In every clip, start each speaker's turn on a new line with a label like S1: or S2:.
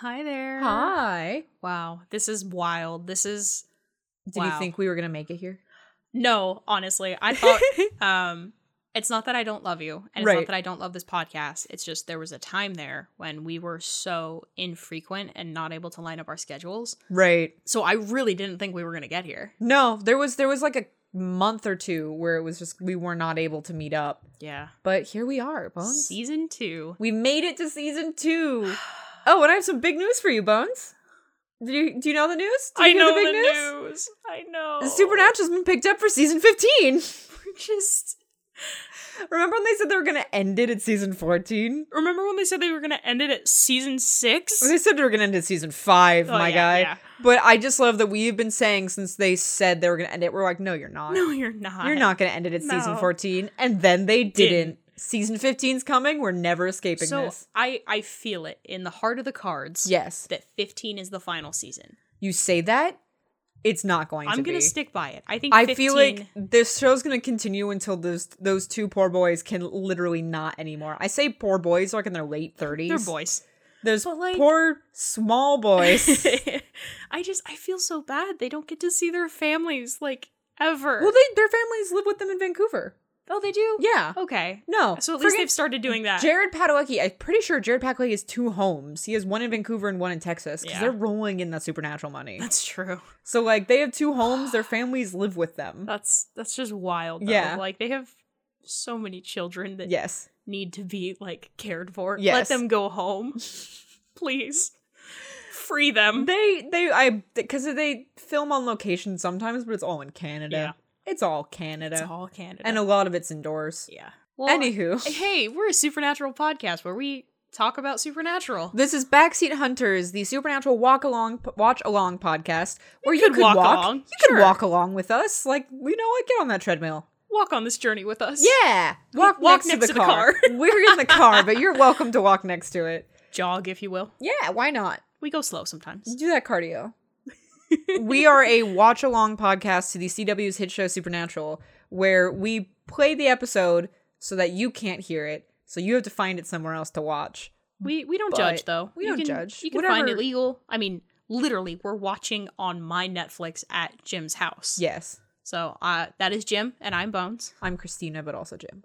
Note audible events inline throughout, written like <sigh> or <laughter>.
S1: Hi there.
S2: Hi.
S1: Wow, this is wild. This is
S2: Did you
S1: Wow.
S2: think we were gonna make it here?
S1: no, honestly. I
S2: <laughs>
S1: thought um it's not that I don't love you and it's
S2: Right.
S1: not that I don't love this podcast. It's just there was a time there when we were so infrequent and not able to line up our schedules.
S2: right.
S1: So I really didn't think we were going to get here.
S2: No, there was there was like a month or two where it was just we were not able to meet up,
S1: Yeah.
S2: but here we are, Bones.
S1: Season 2.
S2: we made it to season
S1: <sighs>
S2: two. Oh, and I have some big news for you, Bones. Do you do you know the news? Do
S1: I
S2: you hear
S1: know
S2: the big news?
S1: I know.
S2: Supernatural's been picked up for
S1: <laughs>
S2: season fifteen.
S1: just
S2: Remember when they said they were gonna end it at season fourteen?
S1: Remember when they said they were going to end it at season
S2: <laughs>
S1: 6?
S2: They said they were gonna end at season five,
S1: Oh,
S2: my
S1: yeah,
S2: guy.
S1: yeah.
S2: But I just love that we've been saying since they said they were gonna end it, we're like, no, you're not.
S1: No, you're not.
S2: You're not going to end it at season
S1: No.
S2: 14. And then they didn't.
S1: Didn't.
S2: Season 15's coming. We're never escaping
S1: So
S2: this.
S1: I I feel it in the heart of the cards.
S2: Yes.
S1: that 15 is the final season.
S2: You say that, it's not going
S1: I'm
S2: to
S1: gonna
S2: be.
S1: stick by it. I think
S2: I
S1: 15,
S2: feel like this show's going to continue until those those two poor boys can literally not anymore. I say poor boys like in their late 30s.
S1: they're boys.
S2: There's
S1: But, like-
S2: poor small
S1: <laughs>
S2: boys.
S1: I just I feel so bad. They don't get to see their families like ever.
S2: well, they their families live with them in Vancouver.
S1: oh, they do.
S2: Yeah.
S1: Okay.
S2: No.
S1: So at least
S2: friggin'
S1: they've started doing that.
S2: Jared Padalecki, I'm pretty sure Jared Padalecki has two homes. He has one in Vancouver and one in Texas because
S1: Yeah.
S2: they're rolling in that supernatural money.
S1: that's true.
S2: So like they have two
S1: <sighs>
S2: homes, their families live with them.
S1: That's that's just wild. Though.
S2: Yeah.
S1: Like they have so many children that
S2: Yes.
S1: need to be like cared for.
S2: Yes.
S1: Let them go home, <laughs> please. Free them.
S2: They they I because they film on location sometimes, but it's all in Canada. It's all Canada.
S1: It's all Canada.
S2: and a lot of it's indoors.
S1: yeah. Well,
S2: Anywho,
S1: Hey, we're a supernatural podcast where we talk about supernatural.
S2: this is Backseat Hunters, the supernatural walk along watch along podcast where you could,
S1: could walk
S2: walk
S1: along,
S2: You could
S1: sure.
S2: walk along with us. Like you know what? Get on that treadmill.
S1: Walk on this journey with us.
S2: Yeah, walk,
S1: Walk
S2: next, to the car. <laughs> We're in the car, but <laughs> you're welcome to walk next to it.
S1: Jog, if you will.
S2: Yeah, why not?
S1: We go slow sometimes.
S2: Do that cardio. <laughs> we are a watch along podcast to the CW's hit show Supernatural, where we play the episode so that you can't hear it, so you have to find it somewhere else to watch.
S1: We we don't
S2: But
S1: judge though.
S2: we
S1: You
S2: don't
S1: can-
S2: judge.
S1: You can find
S2: Whatever-
S1: it legal. I mean, literally, we're watching on my Netflix at Jim's house.
S2: Yes,
S1: So uh, that is Jim and I'm Bones.
S2: I'm Christina, but also Jim.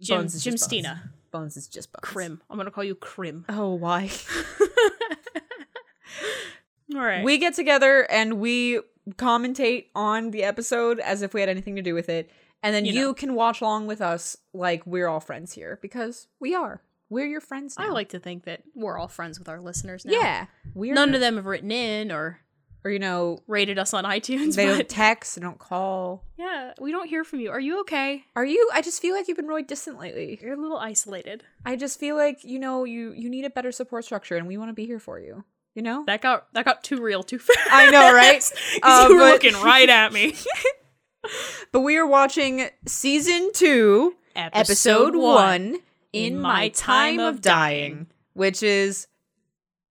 S1: Jim
S2: Bones is
S1: Jim
S2: just Bones.
S1: Stina.
S2: Bones is just Bones.
S1: Crim. I'm gonna call you Crim.
S2: Oh, why? <laughs>
S1: All right.
S2: We get together and we commentate on the episode as if we had anything to do with it. And then you,
S1: You know.
S2: can watch along with us like we're all friends here because we are. We're your friends now.
S1: I like to think that we're all friends with our listeners now.
S2: Yeah. We're
S1: None of them have written in or
S2: or you know,
S1: rated us on <laughs> iTunes.
S2: they
S1: but
S2: don't text, they don't call.
S1: Yeah, we don't hear from you. Are you okay?
S2: Are you I just feel like you've been really distant lately.
S1: You're a little isolated.
S2: I just feel like, you know, you you need a better support structure and we want to be here for you.
S1: <laughs>
S2: You know?
S1: That got that got too real too <laughs> fast.
S2: I know, right?
S1: 'Cause <laughs> you
S2: Uh,
S1: were
S2: but-
S1: looking right at <laughs> me.
S2: But we are watching season 2, episode 1 in my time of dying, which is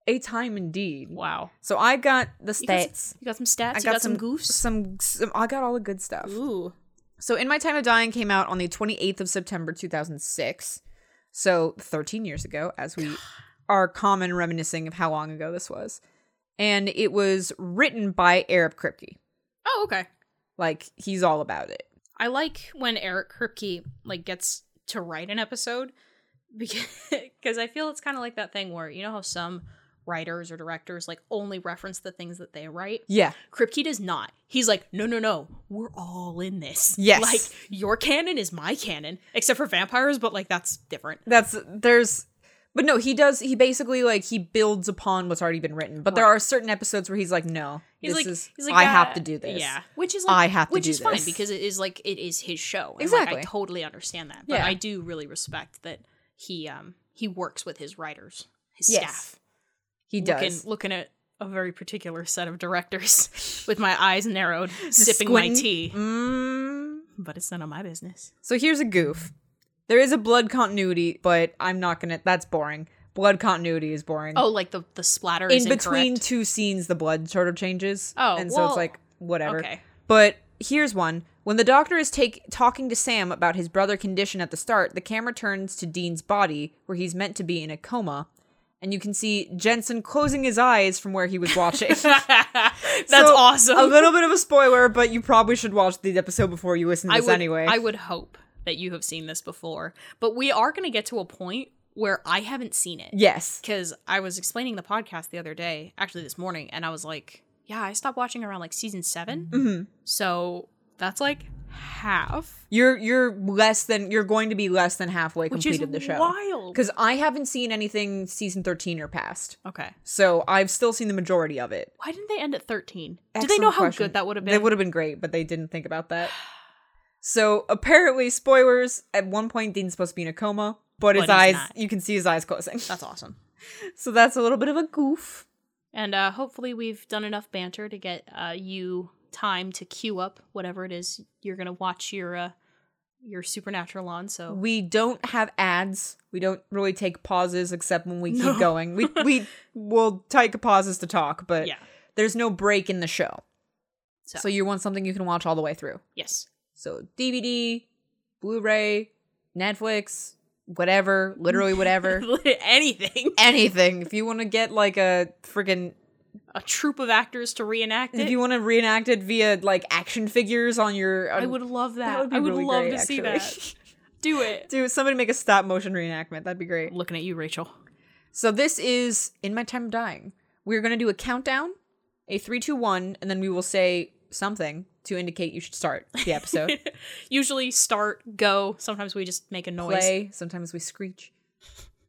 S2: a time indeed.
S1: Wow.
S2: So I got the
S1: You got,
S2: stats.
S1: some, you got some stats.
S2: I
S1: you got some, goofs.
S2: Some, some I got all the good stuff.
S1: Ooh.
S2: So, In My Time of Dying came out on the 28th of September 2006. So, 13 years ago, as
S1: <sighs>
S2: we are common reminiscing of how long ago this was. And it was written by Eric Kripke.
S1: Oh, okay.
S2: Like, he's all about it.
S1: I like when Eric Kripke like gets to write an episode <laughs> because I feel it's kind of like that thing where you know how some writers or directors like only reference the things that they write.
S2: Yeah.
S1: Kripke does not. He's like, no, no, no. We're all in this.
S2: Yes.
S1: Like, your canon is my canon, except for vampires, but like, that's different.
S2: That's, there's, but no, he does, he basically, like, he builds upon what's already been written. But there
S1: Right.
S2: are certain episodes where he's like, no,
S1: He's
S2: this
S1: like,
S2: is,
S1: he's like,
S2: I have
S1: "Yeah,
S2: to do this.
S1: Yeah. Which is like,
S2: I have to
S1: which
S2: do
S1: is
S2: this.
S1: fine because it is like, it is his show. And, like,
S2: Exactly.
S1: I totally understand that. But
S2: Yeah.
S1: I do really respect that he, um, he works with his writers, his
S2: Yes.
S1: staff.
S2: He
S1: Looking-
S2: does.
S1: Looking, at a very particular set of directors <laughs> with my eyes
S2: <laughs>
S1: narrowed,
S2: Just
S1: sipping my
S2: squinting.
S1: tea.
S2: Mm.
S1: But it's none of my business.
S2: So here's a goof. There is a blood continuity, but I'm not gonna. That's boring. Blood continuity is boring.
S1: Oh, like the, the splatter is
S2: in between
S1: incorrect.
S2: two scenes, the blood sort of changes.
S1: Oh,
S2: and so it's
S1: well,
S2: like whatever.
S1: Okay.
S2: But here's one. When the doctor is take, talking to Sam about his brother condition at the start, the camera turns to Dean's body, where he's meant to be in a coma, and you can see Jensen closing his eyes from where he was
S1: <laughs>
S2: watching.
S1: That's
S2: So,
S1: awesome.
S2: a little bit of a spoiler, but you probably should watch the episode before you listen to
S1: I
S2: this
S1: would,
S2: anyway.
S1: I would hope that you have seen this before, but we are going to get to a point where I haven't seen it.
S2: yes.
S1: Because I was explaining the podcast the other day, actually this morning, and I was like, yeah, I stopped watching around like season 7
S2: hmm
S1: So that's like half.
S2: You're you're less than you're going to be less than halfway
S1: Which is
S2: completed the show.
S1: wild.
S2: Because I haven't seen anything season thirteen or past.
S1: Okay.
S2: So I've still seen the majority of it.
S1: Why didn't they end at 13? Did they
S2: Excellent
S1: know how
S2: question.
S1: good that would have
S2: They
S1: been?
S2: would have been great, but they didn't think
S1: <sighs>
S2: about that. So apparently, spoilers. At one point, Dean's supposed to be in a coma, but his
S1: But he's
S2: eyes
S1: not.
S2: you can see his eyes closing.
S1: That's awesome.
S2: <laughs> So that's a little bit of a goof.
S1: And uh, hopefully, we've done enough banter to get uh, you time to queue up whatever it is you're going to watch your uh, your supernatural on. So
S2: We don't have ads. We don't really take pauses except when we keep
S1: No. <laughs>
S2: going. We we will take pauses to talk, but
S1: yeah,
S2: there's no break in the show.
S1: So-
S2: so you want something you can watch all the way through.
S1: yes, <laughs>
S2: So DVD, Blu-ray, Netflix, whatever,
S1: <laughs>
S2: literally whatever.
S1: anything.
S2: anything. If you want to get like a freaking,
S1: A troop of actors to reenact
S2: if
S1: it.
S2: you want to reenact it via like action figures on your, on,
S1: I would love that.
S2: That would be
S1: I would
S2: really
S1: love
S2: great,
S1: to see
S2: actually. <laughs>
S1: that. Do it.
S2: do somebody make a stop motion reenactment. That'd be great.
S1: Looking at you, Rachel.
S2: So this is in my time of dying. We're gonna do a countdown, a three, two, one, and then we will say something to indicate you should start
S1: <laughs>
S2: the episode.
S1: Usually start, go. Sometimes we just make a noise.
S2: Play. Sometimes we screech.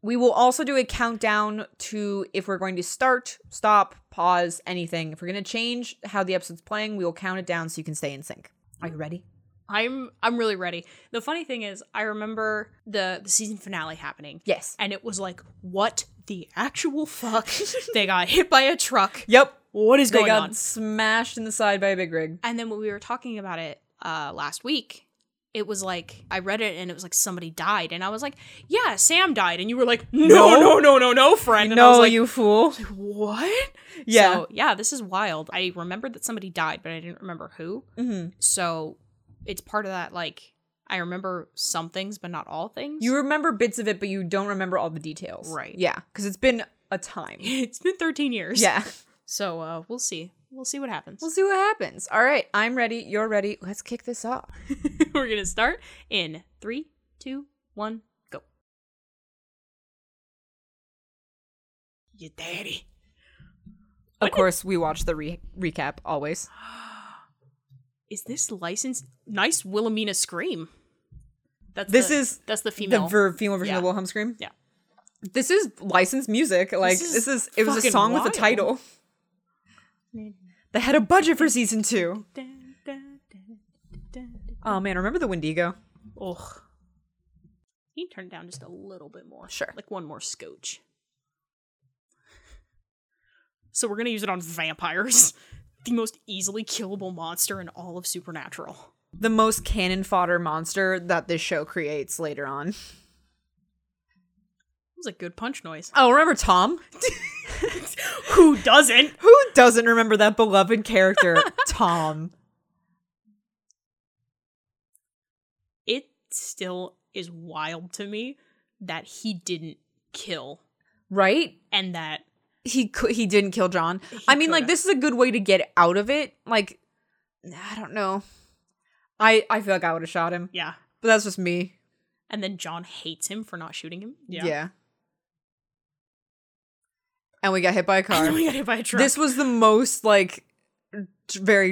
S2: We will also do a countdown to if we're going to start, stop, pause, anything. If we're going to change how the episode's playing, we will count it down so you can stay in sync. Are you ready?
S1: I'm I'm really ready. The funny thing is, I remember the the season finale happening.
S2: Yes.
S1: and it was like, what the actual
S2: <laughs>
S1: fuck? they got hit by a truck.
S2: Yep.
S1: What is
S2: They
S1: going
S2: got
S1: on?
S2: smashed in the side by a big rig.
S1: And then when we were talking about it uh, last week, it was like I read it and it was like somebody died, and I was like, yeah, Sam died, and you were like, no,
S2: No.
S1: no, no, no, no, friend. And I was like,
S2: you <laughs> fool.
S1: what?
S2: Yeah.
S1: So, yeah, this is wild. I remembered that somebody died, but I didn't remember who.
S2: hmm
S1: So it's part of that like I remember some things, but not all things.
S2: You remember bits of it, but you don't remember all the details.
S1: Right.
S2: Yeah. Because it's been a <laughs> time.
S1: <laughs> it's been 13 years.
S2: yeah.
S1: So uh, we'll see. We'll see what happens.
S2: We'll see what happens. All right. I'm ready. You're ready. Let's kick this off.
S1: <laughs> We're gonna start in three, two, one, go. Your daddy.
S2: Of course, we watch the re- recap always.
S1: Is this licensed? Nice Wilhelmina scream. That's
S2: This
S1: the-
S2: is
S1: that's the female.
S2: The ver- female version
S1: Yeah.
S2: of Wilhelm Scream?
S1: Yeah.
S2: This is licensed music. Like
S1: is
S2: this is, it was a
S1: fucking
S2: song
S1: wild.
S2: with a title. They had a budget for season two. Oh man, remember the Wendigo?
S1: Ugh. He turned down just a little bit more.
S2: Sure.
S1: Like one more scotch. So we're gonna use it on vampires. <laughs> The most easily killable monster in all of Supernatural.
S2: The most cannon fodder monster that this show creates later on.
S1: It was a good punch noise.
S2: Oh, remember Tom?
S1: <laughs> Who doesn't?
S2: Who doesn't remember that
S1: <laughs>
S2: beloved character, Tom?
S1: It still is wild to me that he didn't kill
S2: Right?
S1: and that
S2: He cou- he didn't kill John. I mean, like
S1: could've.
S2: this is a good way to get out of it. Like, I don't know. I I feel like I would have shot him,
S1: yeah.
S2: but that's just me.
S1: And then John hates him for not shooting him.
S2: Yeah. And we got hit by a
S1: <laughs> And
S2: <laughs> car.
S1: then we got hit by a truck.
S2: this was the most like j- very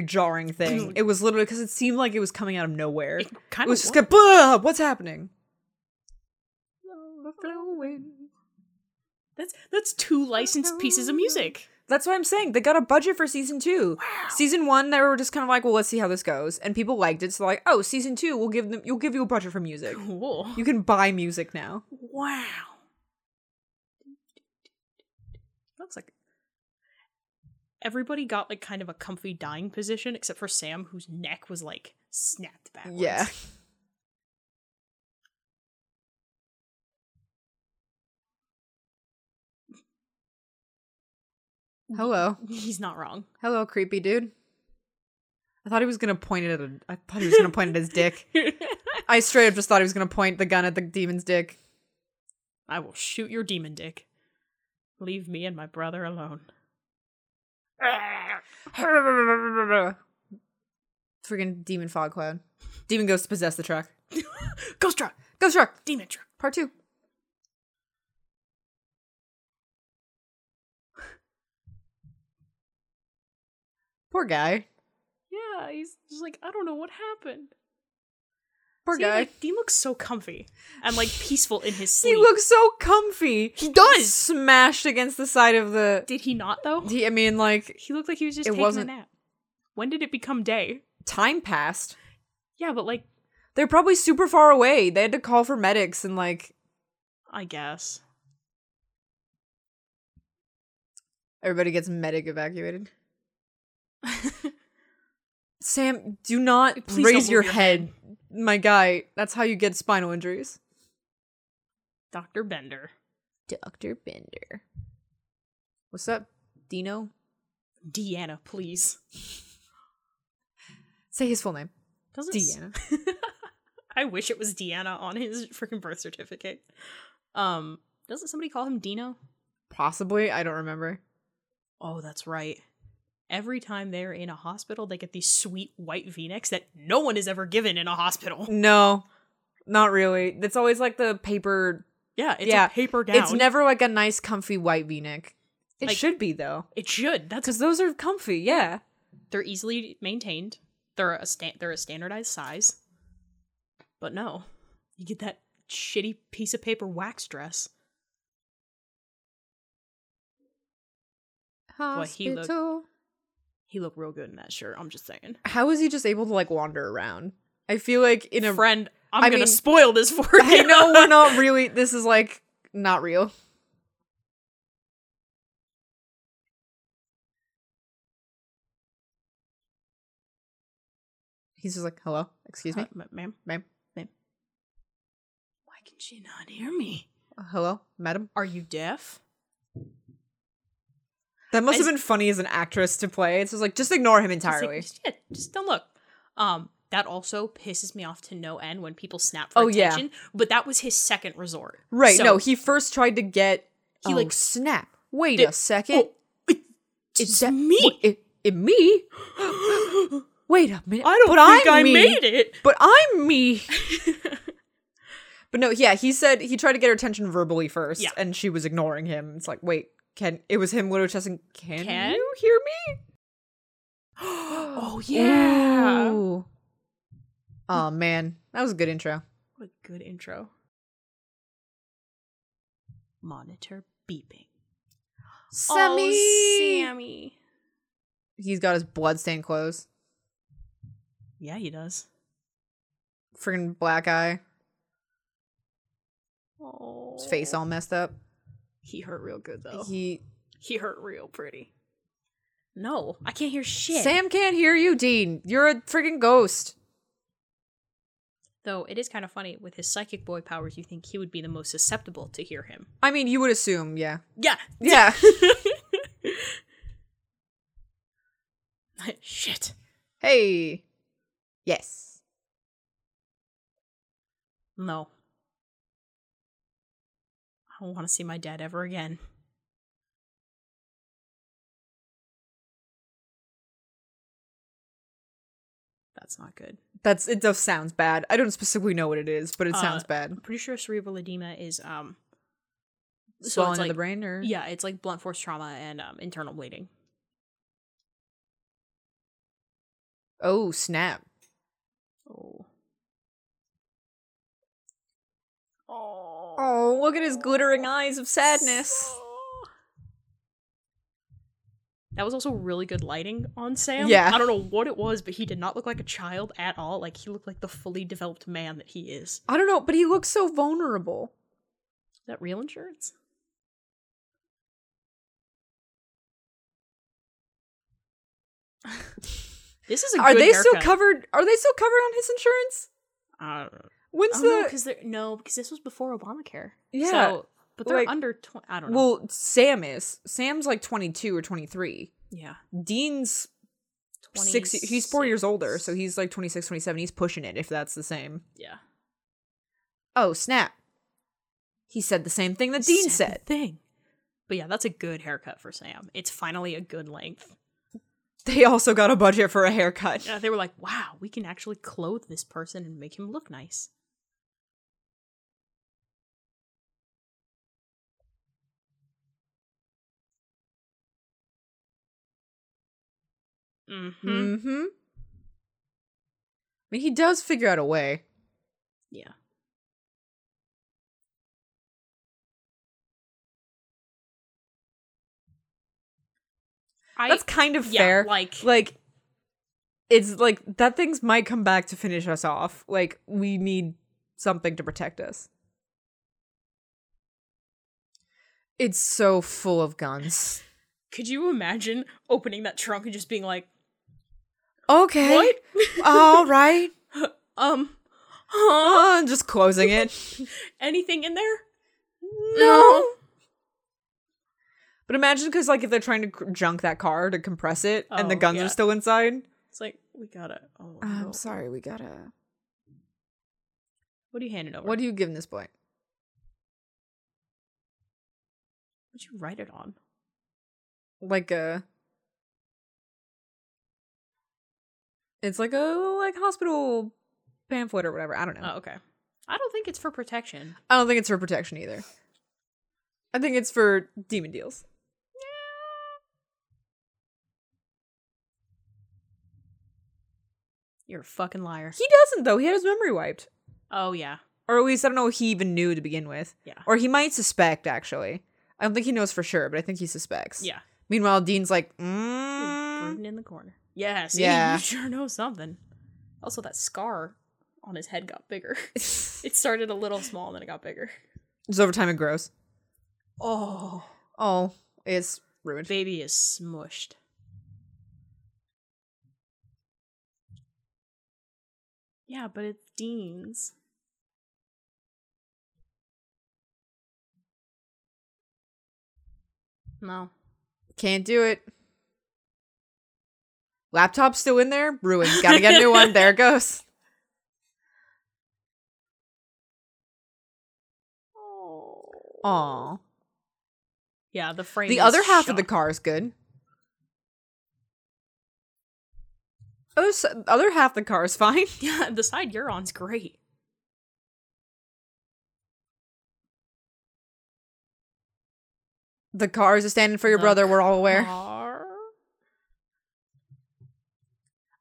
S1: <clears throat>
S2: jarring thing.
S1: Mhm.
S2: It was literally because it seemed like it was coming out of nowhere.
S1: it
S2: It,
S1: kind
S2: was
S1: of
S2: just like, "Blah, what's happening? Overflowing.
S1: That's that's two licensed pieces of music.
S2: That's what I'm saying. They got a budget for season two. Season one, they were just kind of like, well, let's see how this goes, and people liked it. So like, oh, season two, we'll give them, you'll give you a budget for music.
S1: Cool.
S2: You can buy music now.
S1: Wow. Looks like everybody got like kind of a comfy dying position except for Sam whose neck was like snapped backwards.
S2: Yeah. <laughs> Hello.
S1: He's not wrong. <laughs>
S2: Hello, creepy dude. I thought he was gonna point it at a. I thought he was gonna point at
S1: <laughs>
S2: his dick. I straight up just thought he was gonna point the gun at the demon's dick.
S1: I will shoot your demon dick. Leave me and my brother
S2: <laughs>
S1: alone.
S2: Freaking demon fog cloud. Demon ghosts possess the truck.
S1: Ghost truck,
S2: Ghost truck,
S1: demon truck.
S2: part two. <laughs> Poor guy.
S1: Yeah, he's just like, I don't know what happened.
S2: Poor
S1: See,
S2: guy.
S1: Like, Dean looks so comfy and like peaceful in his
S2: <laughs> he
S1: sleep.
S2: looks so comfy.
S1: He does!
S2: Smashed against the side of the.
S1: Did he not though?
S2: He- I mean, like
S1: He looked like he was just
S2: It
S1: taking
S2: wasn't-
S1: a nap. When did it become day?
S2: time passed.
S1: Yeah, but like,
S2: They're probably super far away. They had to call for medics and like
S1: I
S2: <laughs>
S1: guess.
S2: Everybody gets medic evacuated. Sam, do not
S1: Please don't
S2: raise
S1: move
S2: your
S1: your
S2: head. My guy, that's how you get spinal injuries.
S1: Dr. Bender.
S2: Dr. Bender. What's up, Dino?
S1: Deanna,
S2: <laughs>
S1: please.
S2: Say his full name.
S1: Doesn't s-
S2: Deanna.
S1: I wish it was Deanna on his freaking birth certificate. Um, doesn't somebody call him Dino?
S2: <laughs> Possibly. I don't remember.
S1: Oh, that's right. Every time they're in a hospital, they get these sweet white V-necks that no one is ever given in a hospital.
S2: No. Not really. It's always like the paper.
S1: Yeah, it's
S2: Yeah,
S1: a paper gown.
S2: It's never like a nice, comfy white v neck. It
S1: Like-
S2: should be, though.
S1: It should. That's
S2: Because those are comfy, yeah.
S1: they're easily maintained. They're a sta- they're a standardized size. But no, you get that shitty piece of paper wax dress. Boy, he looked- He looked real good in that shirt. I'm just saying.
S2: How is he just able to like wander around? I feel like in a
S1: friend, I'm
S2: I
S1: gonna
S2: mean-
S1: spoil this for you.
S2: <laughs> I know we're <laughs> not really. This is like not real. He's just like, "Hello, excuse me,
S1: Uh, ma- ma'am,
S2: ma'am.
S1: why can she not hear me?
S2: Hello, madam."
S1: Are you deaf?
S2: That must have
S1: I-
S2: been funny as an actress to play. It's just like, just ignore him
S1: It's like,
S2: entirely.
S1: just- yeah, just don't look. Um, that also pisses me off to no end when people snap for
S2: Oh, yeah.
S1: attention. But that was his second resort.
S2: right?
S1: So- oh,
S2: no, he first tried to get.
S1: He,
S2: oh,
S1: like-
S2: snap. Wait
S1: Did-
S2: a second.
S1: Oh, it's
S2: Is
S1: <gasps>
S2: that-
S1: me.
S2: It, it me?
S1: I
S2: Wait a minute.
S1: don't
S2: but
S1: think
S2: I'm
S1: I
S2: me.
S1: made it.
S2: But I'm me.
S1: <laughs>
S2: But no, yeah, he said he tried to get her attention verbally first,
S1: Yeah.
S2: and she was ignoring him. It's like, wait, can it was him literally Can,
S1: Can?
S2: you hear me?
S1: <gasps>
S2: <gasps> oh
S1: yeah.
S2: Oh man, that was a good intro.
S1: What a good intro. Monitor beeping.
S2: Sammy,
S1: Oh, Sammy.
S2: he's got his bloodstained clothes,
S1: Yeah, he does.
S2: freaking black eye,
S1: Oh.
S2: his face all messed up.
S1: He hurt real good though. He,
S2: He
S1: hurt real pretty. No, I can't hear shit.
S2: Sam can't hear you, Dean. You're a freaking ghost.
S1: Though it is kind of funny with his psychic boy powers, you think he would be the most susceptible to hear him.
S2: I mean, you would assume, yeah,
S1: Yeah.
S2: <laughs> yeah.
S1: <laughs> shit.
S2: hey, yes.
S1: No. I don't want to see my dad ever again. That's not good.
S2: That's it. Does sounds bad. I don't specifically know what it is, but it
S1: Uh,
S2: sounds bad.
S1: I'm pretty sure cerebral edema is um so it's
S2: Swelling of the
S1: like-
S2: brain, or
S1: Yeah, it's like blunt force trauma and um, internal bleeding.
S2: Oh snap!
S1: Oh. Oh.
S2: Oh, look at his glittering eyes of sadness.
S1: That was also really good lighting on Sam.
S2: Yeah.
S1: I don't know what it was, but he did not look like a child at all. Like he looked like the fully developed man that he is. Is
S2: I don't know, but he looks so vulnerable.
S1: that real insurance? this is a
S2: Are
S1: good
S2: they still
S1: haircut.
S2: covered? Are they still covered on his insurance?
S1: I don't know.
S2: When's
S1: Oh,
S2: the?
S1: no, because they're no, because this was before Obamacare.
S2: Yeah,
S1: So, but they're
S2: like-
S1: under twenty. I don't know.
S2: well, Sam is. Sam's like twenty two or twenty three.
S1: yeah,
S2: Dean's six. He's four years older, so he's like 26, 27. He's pushing it. If that's the same.
S1: yeah.
S2: Oh snap! He said the same thing that Dean said.
S1: thing. But yeah, that's a good haircut for Sam. It's finally a good length.
S2: They also got a budget for a haircut.
S1: Yeah, Uh, they were like, wow, we can actually clothe this person and make him look nice. hmm
S2: Mm-hmm. I mean, he does figure out a way.
S1: Yeah. I,
S2: That's kind of
S1: yeah,
S2: fair.
S1: Like,
S2: like it's like that things might come back to finish us off like we need something to protect us it's so full of guns
S1: could you imagine opening that trunk and just being
S2: <laughs>
S1: like,
S2: okay
S1: "What? <laughs>
S2: <laughs> all right
S1: um, huh?
S2: uh, just closing it
S1: anything in there?
S2: no but imagine because like if they're trying to cr- junk that car to compress it and the
S1: Oh,
S2: guns
S1: yeah.
S2: are still inside
S1: It's like we gotta. Oh, no.
S2: i'm sorry we gotta
S1: what are you handing over?
S2: what do you give this boy
S1: would you write it on?
S2: like a it's like a little, like hospital pamphlet or whatever i don't know
S1: Oh, okay. I don't think it's for protection.
S2: i don't think it's for protection either i think it's for demon deals
S1: You're a fucking liar.
S2: he doesn't though he had his memory wiped
S1: Oh yeah,
S2: or at least i don't know if he even knew to begin with
S1: Yeah.
S2: or he might suspect actually i don't think he knows for sure but i think he suspects
S1: yeah.
S2: meanwhile dean's like
S1: Just
S2: mm.
S1: brooding in the corner. Yeah, see, <laughs>
S2: Yeah.
S1: you sure know something. Also, that scar on his head got bigger. <laughs>
S2: <laughs>
S1: it started a little small, and then it got bigger.
S2: just over time it grows
S1: Oh,
S2: oh it's ruined
S1: baby is smushed. Yeah, but it's Dean's. No.
S2: Can't do it. Laptop's still in there. Ruined. Gotta get a new
S1: <laughs>
S2: one. There it goes. Aw.
S1: Yeah, the frame.
S2: Oh. The
S1: is
S2: other half of the
S1: shot.
S2: car is good. Other s- other half the car is fine.
S1: <laughs>
S2: <laughs>
S1: Yeah, the side you're on's great.
S2: The cars are standing for your
S1: The
S2: brother. We're all aware.
S1: Car?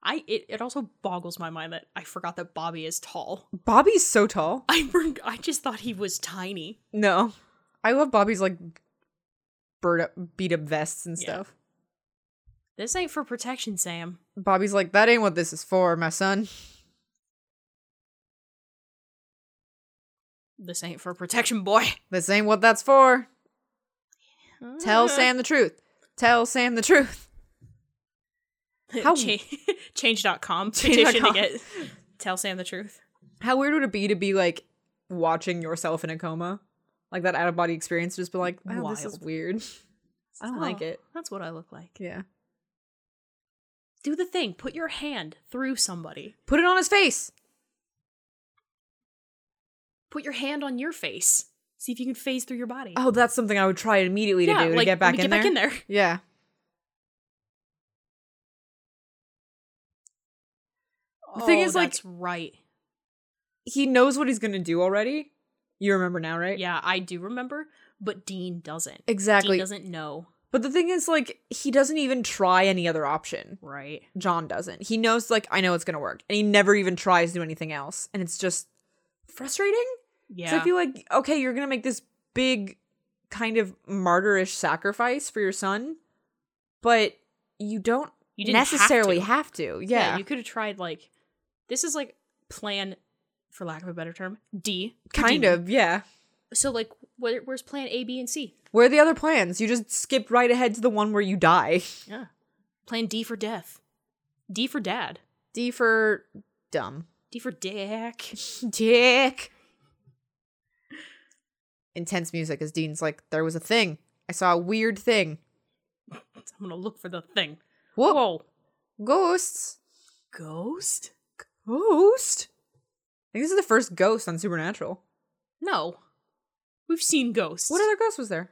S1: I it, it also boggles my mind that I forgot that Bobby is tall. <laughs>
S2: Bobby's so tall.
S1: I forg- I just thought he was tiny.
S2: No, I love Bobby's like bird up, beat up vests and
S1: Yeah.
S2: stuff.
S1: This ain't for protection, Sam.
S2: Bobby's like, that ain't what this is for, my son.
S1: This ain't for protection, boy.
S2: This ain't what that's for.
S1: <laughs>
S2: Tell Sam the truth. Tell Sam the truth. how-
S1: How <laughs> Ch-
S2: <laughs>
S1: change.com petition
S2: Change.com.
S1: to get tell Sam the truth.
S2: How weird would it be to be like watching yourself in a coma? Like that out of body experience, just be like, wow, this is
S1: Wild. <laughs>
S2: weird. I don't like
S1: Oh,
S2: it.
S1: That's what I look like.
S2: Yeah.
S1: Do the thing. Put your hand through somebody.
S2: Put it on his face.
S1: Put your hand on your face. See if you can phase through your body.
S2: Oh, that's something I would try immediately to do to
S1: like,
S2: get back,
S1: let me
S2: in,
S1: get
S2: there.
S1: back in there.
S2: Yeah. The thing
S1: Oh,
S2: is, like-
S1: that's right.
S2: He knows what he's going to do already. You remember now, right?
S1: Yeah, I do remember, but Dean doesn't. Dean
S2: Exactly.
S1: doesn't know,
S2: But the thing is, like, he doesn't even try any other option.
S1: right?
S2: John doesn't. He knows, like, I know it's going to work. And he never even tries to do anything else. And it's just frustrating.
S1: Yeah.
S2: So I feel like, okay, you're gonna make this big kind of martyrish sacrifice for your son, but you don't
S1: you didn't
S2: necessarily
S1: have,
S2: have
S1: to.
S2: to. Yeah.
S1: you could have tried like this is like plan for lack of a better term, D. for
S2: kind
S1: Dean.
S2: of, yeah.
S1: So like where, where's plan A, B, and C?
S2: Where are the other plans? You just skipped right ahead to the one where you die. <laughs>
S1: Yeah. Plan D for death. D for dad.
S2: D for dumb.
S1: D for dick. <laughs>
S2: Dick. Intense music as Dean's like, there was a thing. I saw a weird thing.
S1: I'm gonna look for the thing.
S2: Whoa.
S1: Whoa.
S2: Ghosts.
S1: Ghost?
S2: Ghost? I think this is the first ghost on Supernatural.
S1: No. We've seen ghosts.
S2: What other ghost was there?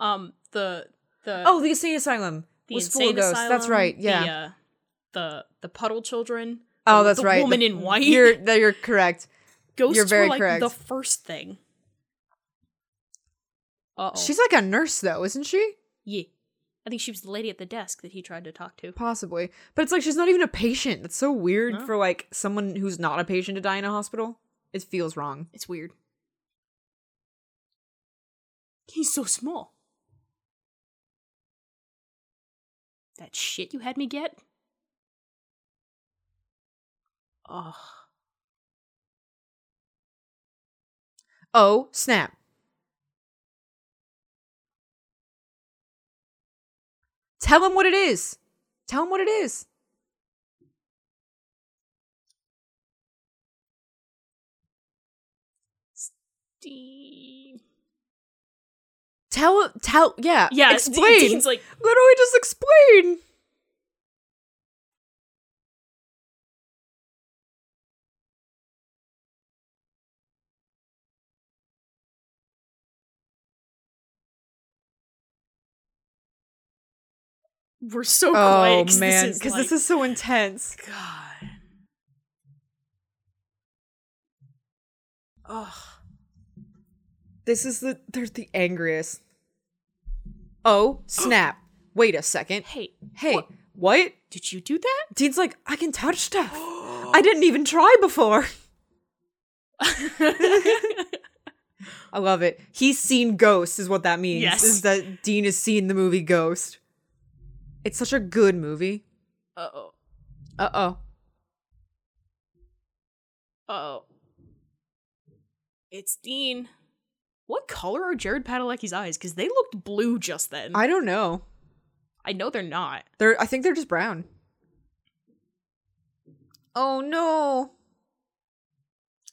S1: Um, the the
S2: Oh, the insane asylum
S1: Uh, the
S2: was full
S1: insane
S2: of ghosts.
S1: asylum.
S2: That's right. Yeah.
S1: The, uh, the the puddle children.
S2: oh,
S1: the-
S2: that's
S1: the
S2: right.
S1: Woman
S2: The-
S1: in white.
S2: You're no, you're correct.
S1: Ghosts
S2: you're very
S1: were like
S2: correct.
S1: the first thing. Uh oh.
S2: She's like a nurse though, isn't she?
S1: yeah. I think she was the lady at the desk that he tried to talk to.
S2: Possibly. But it's like she's not even a patient. That's so weird
S1: No.
S2: for like someone who's not a patient to die in a hospital. It feels wrong.
S1: It's weird. He's so small. That shit you had me get? Ugh.
S2: Oh, snap. Tell him what it is. Tell him what it is.
S1: Dean.
S2: Tell tell yeah.
S1: Yeah,
S2: Uh,
S1: <laughs>
S2: explain.
S1: Dean's like,
S2: Literally just explain.
S1: we're so
S2: Oh
S1: quiet. 'cause
S2: man,
S1: this is
S2: because
S1: like-
S2: this is so intense.
S1: God. Ugh.
S2: This is the they're the angriest. Oh, snap. Wait a second.
S1: Hey,
S2: Hey,
S1: What?
S2: what?
S1: did you do <laughs> that?
S2: Dean's like, I can touch stuff. I didn't even try before. <laughs> I love it. He's seen Ghost, is what that means.
S1: Yes.
S2: Is that Dean has seen the movie Ghost. It's such a good movie.
S1: uh oh.
S2: Uh oh.
S1: Oh. It's Dean. What color are Jared Padalecki's eyes? Because they looked blue just then. I,
S2: I don't know.
S1: know they're not.
S2: They're I think they're just brown. Oh no.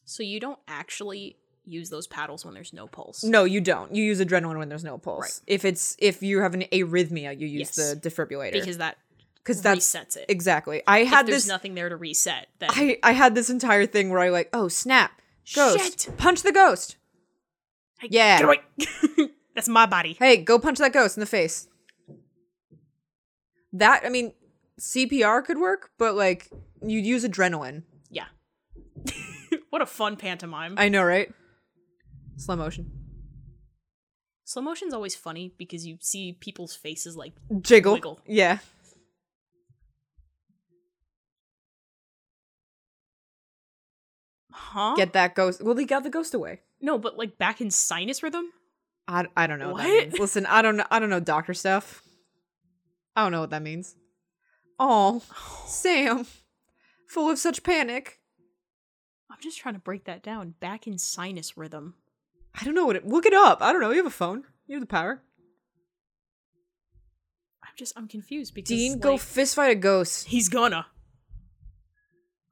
S1: So you don't actually use those paddles when there's no pulse.
S2: No, you don't. You use adrenaline when there's no pulse.
S1: Right.
S2: If it's if you have an arrhythmia, you use
S1: Yes.
S2: the defibrillator.
S1: Because that
S2: Because that's
S1: resets it.
S2: exactly. I
S1: uh, If
S2: had
S1: there's
S2: this
S1: nothing there to reset, then
S2: I, I had this entire thing where I like, oh snap, ghost.
S1: Shit.
S2: Punch the ghost.
S1: Hey,
S2: yeah.
S1: get away. <laughs> That's my body. <laughs>
S2: Hey, go punch that ghost in the face. That I mean, CPR could work, but like you'd use adrenaline.
S1: Yeah. what a fun pantomime.
S2: I know, right? Slow motion.
S1: Slow motion's always funny because you see people's faces like
S2: Jiggle.
S1: Wiggle.
S2: Yeah.
S1: Huh?
S2: Get that ghost. Well, they got the ghost away.
S1: no, but like back in sinus rhythm?
S2: I, I don't know what, that
S1: What?
S2: means. Listen, I don't know I don't know doctor stuff. I don't know what that means.
S1: <sighs>
S2: Oh, Sam, full of such panic.
S1: I'm just trying to break that down. Back in sinus rhythm.
S2: I don't know what it. Look it up. I don't know. You have a phone. You have the power.
S1: I'm just I'm confused because
S2: Dean, go
S1: like,
S2: fist fight a ghost.
S1: he's gonna.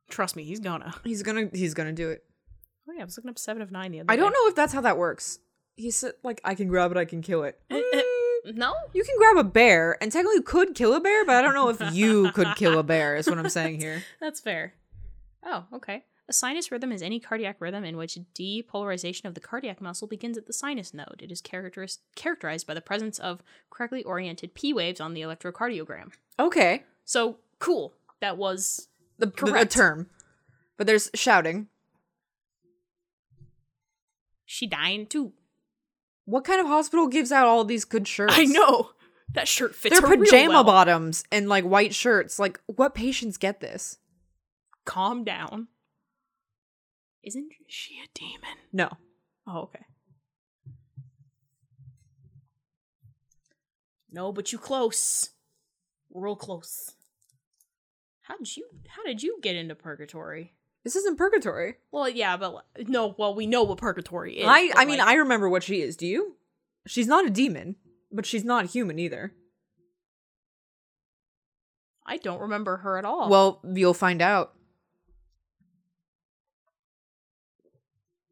S1: Trust me, he's gonna.
S2: He's gonna. He's gonna do it.
S1: Oh yeah, I was looking up seven of nine the other
S2: I don't know if that's how that works. He said, like, I can grab it. I can kill it.
S1: Eh, eh.
S2: Mm,
S1: No?
S2: you can grab a bear, and technically you could kill a bear, but I don't know if <laughs> you could kill a bear. Is what I'm saying here.
S1: That's fair. Oh, okay. A sinus rhythm is any cardiac rhythm in which depolarization of the cardiac muscle begins at the sinus node. It is characteris- characterized by the presence of correctly oriented P waves on the electrocardiogram.
S2: Okay,
S1: So, cool. That was
S2: the, the a
S1: Correct.
S2: term, but there's shouting.
S1: she dying too.
S2: What kind of hospital gives out all these good shirts?
S1: I know. That shirt fits
S2: They're
S1: her real
S2: pajama
S1: well.
S2: bottoms and like white shirts. Like, what patients get this?
S1: Calm down. Isn't she a demon?
S2: No.
S1: Oh, okay. No, but you close. Real close. How did you how did you get into purgatory?
S2: This isn't purgatory.
S1: Well, yeah, but like, no, well, we know what purgatory is.
S2: I
S1: but,
S2: I mean
S1: like,
S2: I remember what she is. Do you? She's not a demon, but she's not human either.
S1: I don't remember her at all.
S2: Well, you'll find out.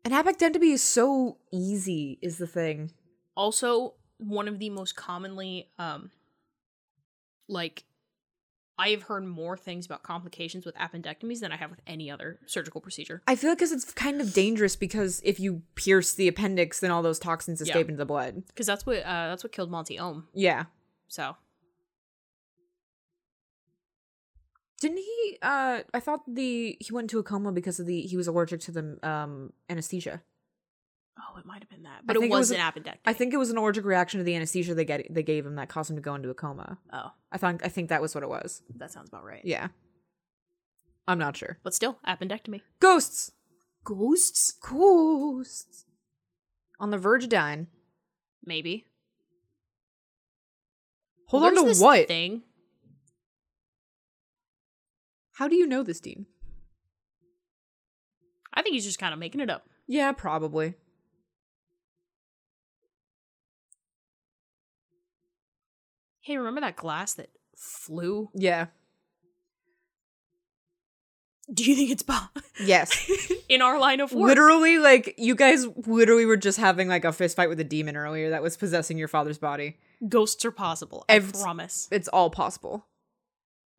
S2: And apectentopy is so easy is the thing.
S1: also one of the most commonly um like I have heard more things about complications with appendectomies than I have with any other surgical procedure.
S2: I feel like because it's kind of dangerous because if you pierce the appendix, then all those toxins escape into the blood.
S1: Because that's what uh, that's what killed Monty Ohm.
S2: Yeah.
S1: So
S2: Didn't he? Uh, I thought the he went into a coma because of the he was allergic to the um anesthesia.
S1: oh, it might have been that, but it
S2: think it
S1: was, an
S2: was
S1: appendectomy.
S2: I think it was an allergic reaction to the anesthesia they get they gave him that caused him to go into a coma.
S1: Oh,
S2: I thought I think that was what it was.
S1: that sounds about right.
S2: Yeah. I'm not sure.
S1: But still, appendectomy.
S2: Ghosts.
S1: Ghosts?
S2: Ghosts. On the verge of dying.
S1: Maybe.
S2: Hold
S1: There's
S2: on to
S1: this
S2: what?
S1: thing?
S2: How do you know this, Dean?
S1: I think he's just kind of making it up.
S2: Yeah, probably.
S1: Hey, remember that glass that flew?
S2: Yeah.
S1: Do you think it's <laughs> Bob?
S2: Yes. <laughs>
S1: In our line of work.
S2: literally, like you guys literally were just having like a fist fight with a demon earlier that was possessing your father's body.
S1: Ghosts are possible. I
S2: Ev-
S1: promise.
S2: It's all possible.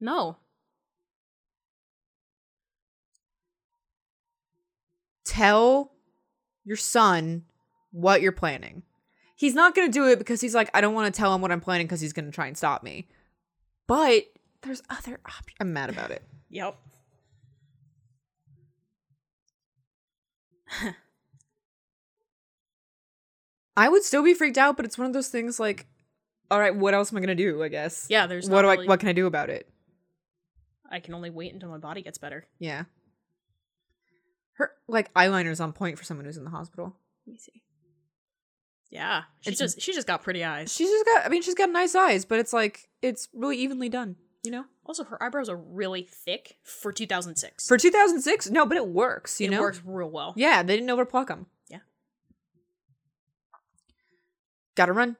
S1: No.
S2: Tell your son what you're planning. He's not going to do it because he's like, I don't want to tell him what I'm planning because he's going to try and stop me. But there's other options. I'm mad about it.
S1: Yep.
S2: I would still be freaked out, but it's one of those things like, all right, what else am I going to do? I guess.
S1: Yeah, there's not
S2: what do
S1: really-
S2: I? What can I do about it?
S1: I can only wait until my body gets better.
S2: Yeah. Her like eyeliner's on point for someone who's in the hospital.
S1: Let me see. Yeah. She
S2: It's-
S1: just she just got pretty eyes.
S2: She's just got. I mean, she's got nice eyes, but it's like it's really evenly done. You know,
S1: Also, her eyebrows are really thick for 2006.
S2: for 2006, no, but it works. You
S1: it
S2: know,
S1: works real well.
S2: Yeah, they didn't know where to pluck them.
S1: Yeah.
S2: Gotta run.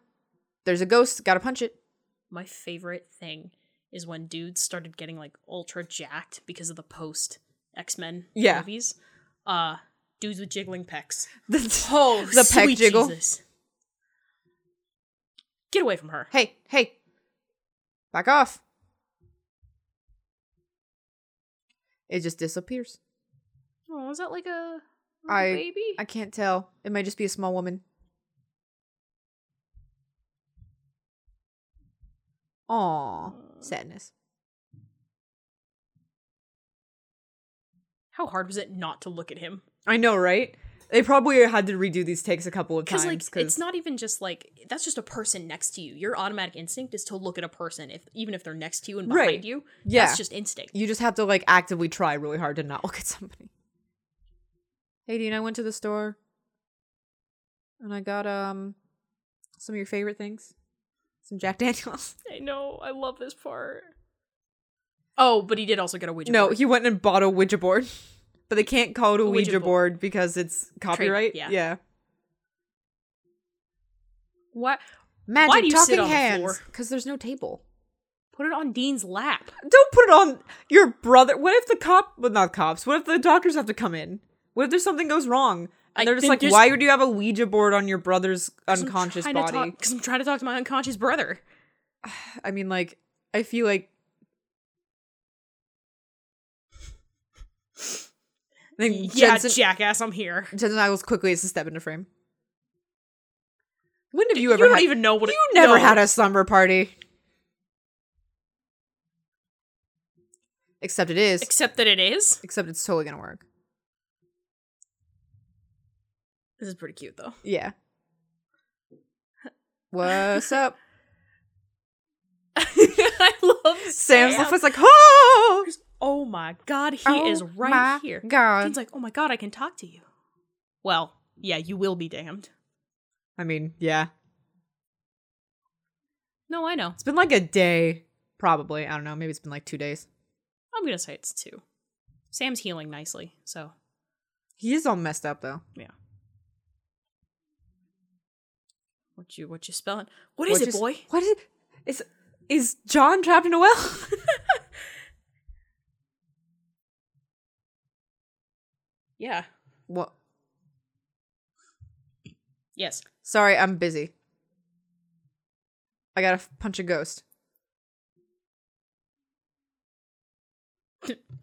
S2: There's a ghost. Gotta punch it. <laughs>
S1: My favorite thing is when dudes started getting like ultra jacked because of the post X Men
S2: Yeah.
S1: movies. Uh, dudes with jiggling pecs.
S2: oh, <laughs> the peck
S1: Sweet
S2: jiggle.
S1: Jesus. Get away from her.
S2: Hey, hey, back off. It just disappears.
S1: Oh, is that like a, a
S2: I-
S1: baby?
S2: I can't tell. It might just be a small woman. Aw, sadness.
S1: How hard was it not to look at him?
S2: I know, right? They probably had to redo these takes a couple of
S1: Because
S2: times.
S1: like it's not even just like that's just a person next to you. Your automatic instinct is to look at a person if even if they're next to you and behind
S2: Right.
S1: you.
S2: yeah.
S1: That's just instinct.
S2: You just have to like actively try really hard to not look at somebody. Hey Dean, I went to the store and I got um some of your favorite things. Some Jack <laughs> Daniels.
S1: I know. I love this part. Oh, but he did also get a Ouija
S2: no,
S1: board.
S2: he went and bought a Ouija board. But they can't call it a
S1: A Ouija
S2: Ouija, board. because it's copyright.
S1: yeah.
S2: yeah.
S1: What?
S2: Magic
S1: do you sit
S2: talking
S1: on the
S2: hands.
S1: floor?
S2: Because there's no table.
S1: Put it on Dean's lap.
S2: Don't put it on your brother. What if the cop well not cops, what if the doctors have to come in? What if there's something goes wrong?
S1: I-
S2: And they're just
S1: then
S2: like,
S1: there's-
S2: why would you have a Ouija board on your brother's unconscious body?
S1: Because I'm trying to talk to my unconscious brother.
S2: I mean, like, I feel like. I think
S1: Yeah,
S2: Jensen,
S1: jackass, I'm here.
S2: Jensen Ackles quickly has to step into frame. When have you
S1: You
S2: ever
S1: don't
S2: had,
S1: even know what it,
S2: you never
S1: no.
S2: had a slumber party? Except it is.
S1: except that it is.
S2: Except it's totally gonna work.
S1: This is pretty cute though. <laughs>
S2: Yeah. What's up? <laughs>
S1: I love
S2: Sam's
S1: Sam.
S2: was like, oh,
S1: Oh my god, he
S2: Oh
S1: is right
S2: my
S1: here.
S2: God.
S1: Dean's like, oh my god, I can talk to you. Well, yeah, you will be damned.
S2: I mean, yeah.
S1: No, I know.
S2: It's been like a day, probably. I don't know. Maybe it's been like two days.
S1: I'm gonna say it's two. Sam's healing nicely, so
S2: He is all messed up though.
S1: what you what you spelling? What is
S2: What'd
S1: it,
S2: you s-
S1: boy?
S2: What is is is John trapped in a well? <laughs>
S1: yeah.
S2: what?
S1: Yes.
S2: Sorry, I'm busy. I gotta f- punch a ghost.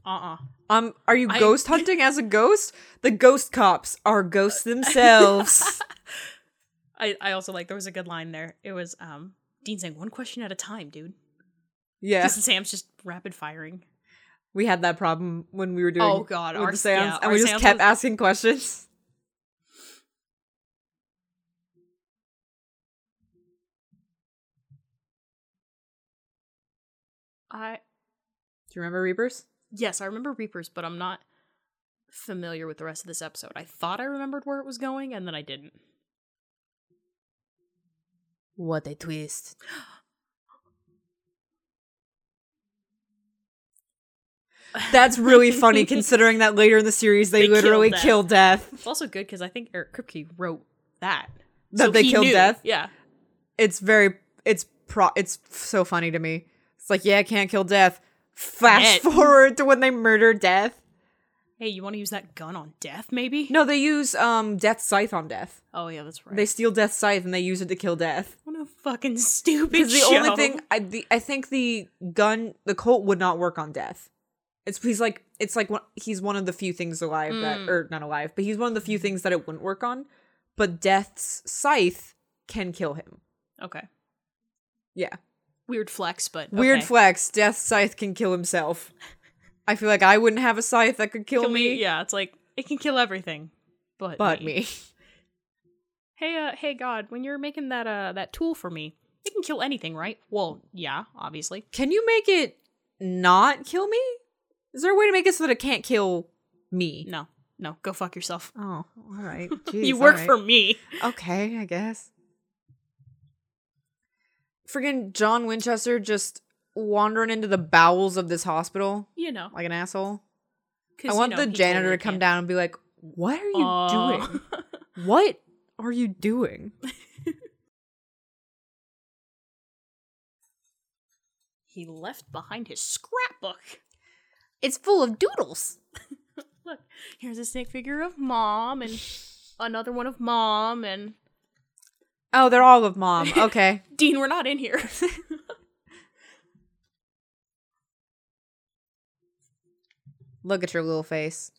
S1: Uh-uh.
S2: Um, are you
S1: I-
S2: ghost hunting as a ghost? The ghost cops
S1: <laughs>
S2: are ghosts themselves.
S1: I, I also like there was a good line there. It was um Dean saying one question at a time, dude.
S2: yeah,
S1: This is Sam's just rapid firing.
S2: we had that problem when we were doing
S1: Oh god,
S2: with
S1: our
S2: the seance,
S1: yeah,
S2: and
S1: our
S2: we just
S1: seance
S2: kept
S1: was-
S2: asking questions.
S1: I
S2: Do you remember Reapers?
S1: yes, I remember Reapers, but I'm not familiar with the rest of this episode. I thought I remembered where it was going, and then I didn't.
S2: What a twist! That's
S1: <laughs>
S2: really funny, considering that later in the series they,
S1: They killed
S2: literally
S1: Death.
S2: kill Death.
S1: It's also good because I think Eric Kripke wrote that.
S2: That
S1: So
S2: they
S1: he
S2: killed
S1: knew.
S2: Death?
S1: Yeah.
S2: It's very, it's pro, it's so funny to me. It's like, yeah, can't kill Death. Fast
S1: Dead.
S2: forward to when they murder Death.
S1: Hey, you want to use that gun on Death, maybe?
S2: No, they use um Death Scythe on Death.
S1: Oh yeah, that's right.
S2: They steal Death's scythe and they use it to kill Death.
S1: what a fucking
S2: <laughs>
S1: stupid.
S2: Because the only thing I the, I think the gun the Colt would not work on Death. It's he's like it's like one, he's one of the few things alive
S1: Mm.
S2: that or not alive, but he's one of the few
S1: Mm-hmm.
S2: things that it wouldn't work on. But Death's scythe can kill him.
S1: Okay.
S2: Yeah,
S1: Weird flex, but
S2: weird
S1: okay.
S2: flex. Death's scythe can kill himself. I feel like I wouldn't have a scythe that could kill,
S1: Kill
S2: me,
S1: me. Yeah, it's like it can kill everything, but
S2: but me. <laughs>
S1: Hey, uh, hey, God, when you're making that uh that tool for me, it can kill anything, right? Well, yeah, obviously.
S2: Can you make it not kill me? Is there a way to make it so that it can't kill me?
S1: No, no, go fuck yourself.
S2: Oh, all right.
S1: <laughs> you
S2: Jeez,
S1: work
S2: all right.
S1: for me.
S2: Okay, I guess. Friggin' John Winchester just wandering into the bowels of this hospital
S1: You know.
S2: like an asshole.
S1: 'cause,
S2: I
S1: you
S2: want
S1: know,
S2: the
S1: he
S2: janitor
S1: totally
S2: to come
S1: can't.
S2: down and be like, What are you
S1: Uh,
S2: doing?
S1: <laughs>
S2: What are you doing?
S1: he left behind his scrapbook.
S2: It's full of doodles.
S1: Look, here's a stick figure of mom <laughs> and another one of mom and
S2: Oh, they're all
S1: <laughs>
S2: of mom. Okay.
S1: Dean, we're not in here. <laughs>
S2: Look at your little face.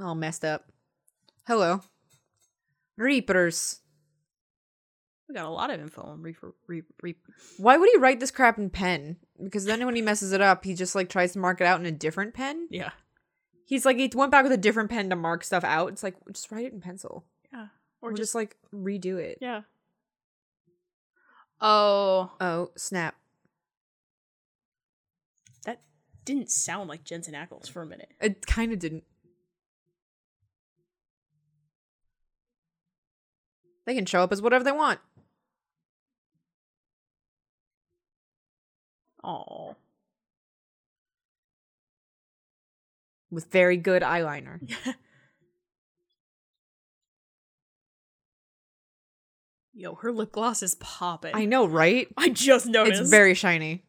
S2: All messed up. Hello. Reapers.
S1: we got a lot of info on Reaper. Re- re-
S2: Why would he write this crap in pen? Because then when he messes it up, he just like tries to mark it out in a different pen.
S1: yeah.
S2: He's like he went back with a different pen to mark stuff out. It's like just write it in pencil
S1: Yeah.
S2: or,
S1: Or,
S2: just,
S1: just,
S2: like redo it.
S1: yeah. Oh.
S2: Oh, snap.
S1: That didn't sound like Jensen Ackles for a minute.
S2: It kind of didn't. They can show up as whatever they want.
S1: Oh.
S2: with very good eyeliner.
S1: <laughs> Yo, her lip gloss is popping.
S2: I know, right?
S1: I just noticed.
S2: It's very shiny.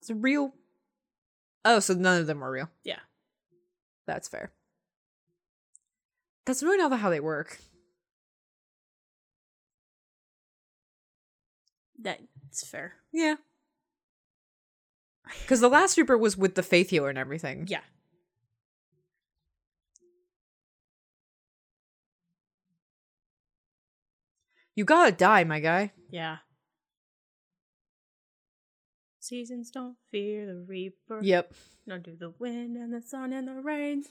S2: It's real. Oh, so none of them are real.
S1: Yeah.
S2: That's fair. That's really not how they work.
S1: That's fair.
S2: <laughs> Yeah. Because the last Reaper was with the Faith Healer and everything.
S1: Yeah.
S2: You gotta die, my guy.
S1: Yeah. Seasons don't fear the reaper.
S2: Yep.
S1: Nor do the wind and the sun and the rain.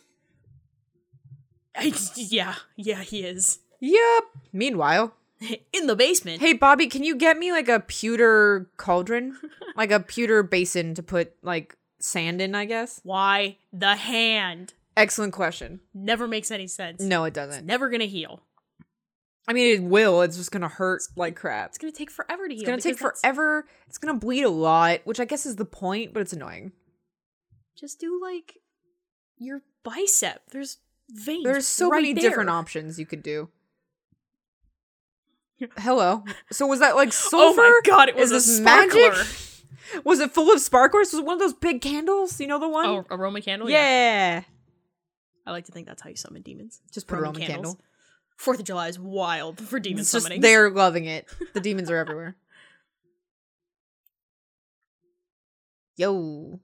S1: I just- yeah, yeah, he is. <laughs>
S2: Yep. Meanwhile,
S1: In the basement.
S2: hey Bobby, can you get me like a pewter
S1: <laughs>
S2: cauldron, like a pewter basin to put like sand in? I guess.
S1: Why the hand?
S2: Excellent question.
S1: Never makes any sense.
S2: No, it
S1: It's
S2: doesn't.
S1: never gonna heal.
S2: I mean, it will. It's just gonna hurt like crap.
S1: It's gonna take forever to heal.
S2: It's gonna take
S1: because that's-
S2: forever. It's gonna bleed a lot, which I guess is the point, but it's annoying.
S1: Just do like your bicep. There's veins.
S2: There's so
S1: right
S2: many
S1: there.
S2: different options you could
S1: <laughs>
S2: do. Hello. So was that like
S1: Oh
S2: sulfur?
S1: my god, it was
S2: Is
S1: a
S2: this
S1: sparkler.
S2: magic? Was it full of sparklers? Was it one of those big candles? You know the one?
S1: Oh, aroma candle.
S2: yeah.
S1: I like to think that's how you summon demons.
S2: Just put it on the candle.
S1: Fourth of July is wild for demon
S2: It's just-
S1: summoning.
S2: they're loving it. The demons
S1: <laughs>
S2: are everywhere. Yo,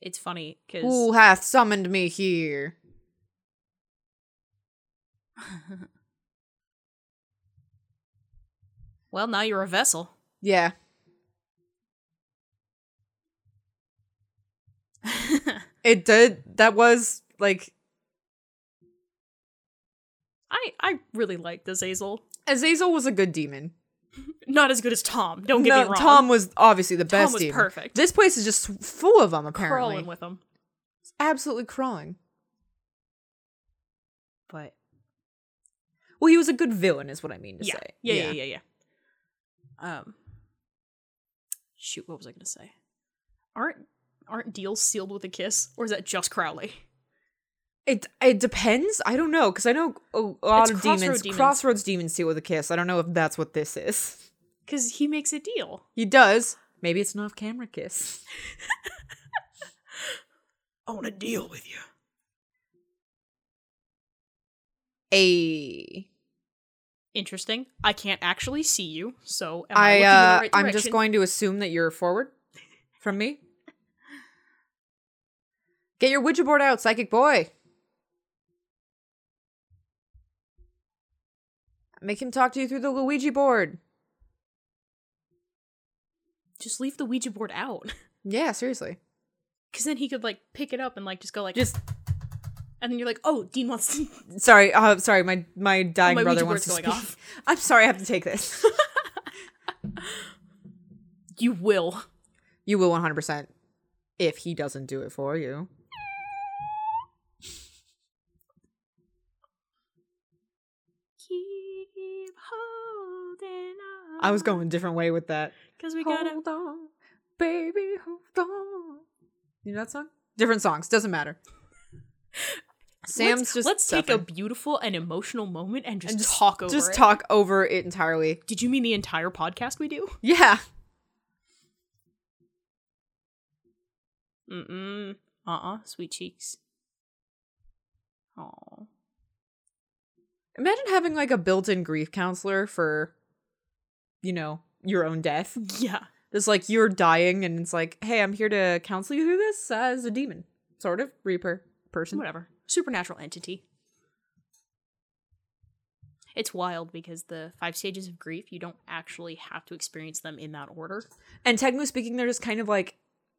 S1: It's funny
S2: who
S1: because
S2: hath summoned me here?
S1: <laughs> well, now you're a vessel.
S2: <laughs> Yeah,
S1: I
S2: it did. That was like
S1: I really liked Azazel.
S2: Azazel was a good demon.
S1: Not as good as Tom. Don't get
S2: no,
S1: me wrong.
S2: Tom was obviously the
S1: Tom
S2: best
S1: was
S2: demon.
S1: perfect.
S2: This place is just full of them. Apparently,
S1: crawling with him,
S2: absolutely crawling.
S1: but
S2: Well, he was a good villain, is what I mean to
S1: yeah.
S2: say.
S1: yeah, yeah, yeah, yeah, Um, shoot, what was I gonna say? Aren't aren't deals sealed with a kiss, or is that just Crowley?
S2: It it depends. I don't know because I know a lot
S1: It's
S2: of
S1: Crossroad
S2: demons,
S1: demons.
S2: Crossroads demons seal with a kiss. I don't know if that's what this is.
S1: Because he makes a deal.
S2: He does. Maybe it's an off-camera kiss.
S1: I want to deal with you.
S2: A.
S1: Interesting. I can't actually see you, so am I, looking in
S2: I uh,
S1: the right
S2: I'm just
S1: direction?
S2: going to assume that you're forward from me. Get your Ouija board out, psychic boy. Make him talk to you through the Luigi board.
S1: Just leave the Ouija board out, <laughs>
S2: Yeah, seriously.
S1: because then he could like pick it up and like just go like,
S2: Just
S1: and then you're like, oh, Dean wants to. <laughs>
S2: sorry. Uh, sorry, my my dying
S1: Oh, My
S2: brother
S1: Ouija
S2: wants to
S1: board's
S2: speak.
S1: going
S2: <laughs> I'm sorry, I have to
S1: <laughs>
S2: take this.
S1: you will.
S2: you will 100 percent if he doesn't do it for you.
S1: Keep holding on.
S2: I was going a different way with that.
S1: because we gotta.
S2: hold on, baby, hold on. You know that song? Different songs, doesn't matter.
S1: <laughs>
S2: Sam's
S1: let's,
S2: just
S1: let's take a
S2: stuffing.
S1: beautiful and emotional moment and just,
S2: And
S1: talk over
S2: just
S1: it.
S2: talk over it entirely.
S1: Did you mean the entire podcast we do?
S2: Yeah,
S1: Mm-mm. Uh-uh. Sweet cheeks. Oh.
S2: imagine having like a built-in grief counselor for, you know, your own death.
S1: Yeah.
S2: It's like you're dying, and it's like, hey, I'm here to counsel you through this as a demon, sort of reaper person.
S1: Whatever. Supernatural entity. It's wild because the five stages of grief, you don't actually have to experience them in that order.
S2: And technically speaking, they're just kind of like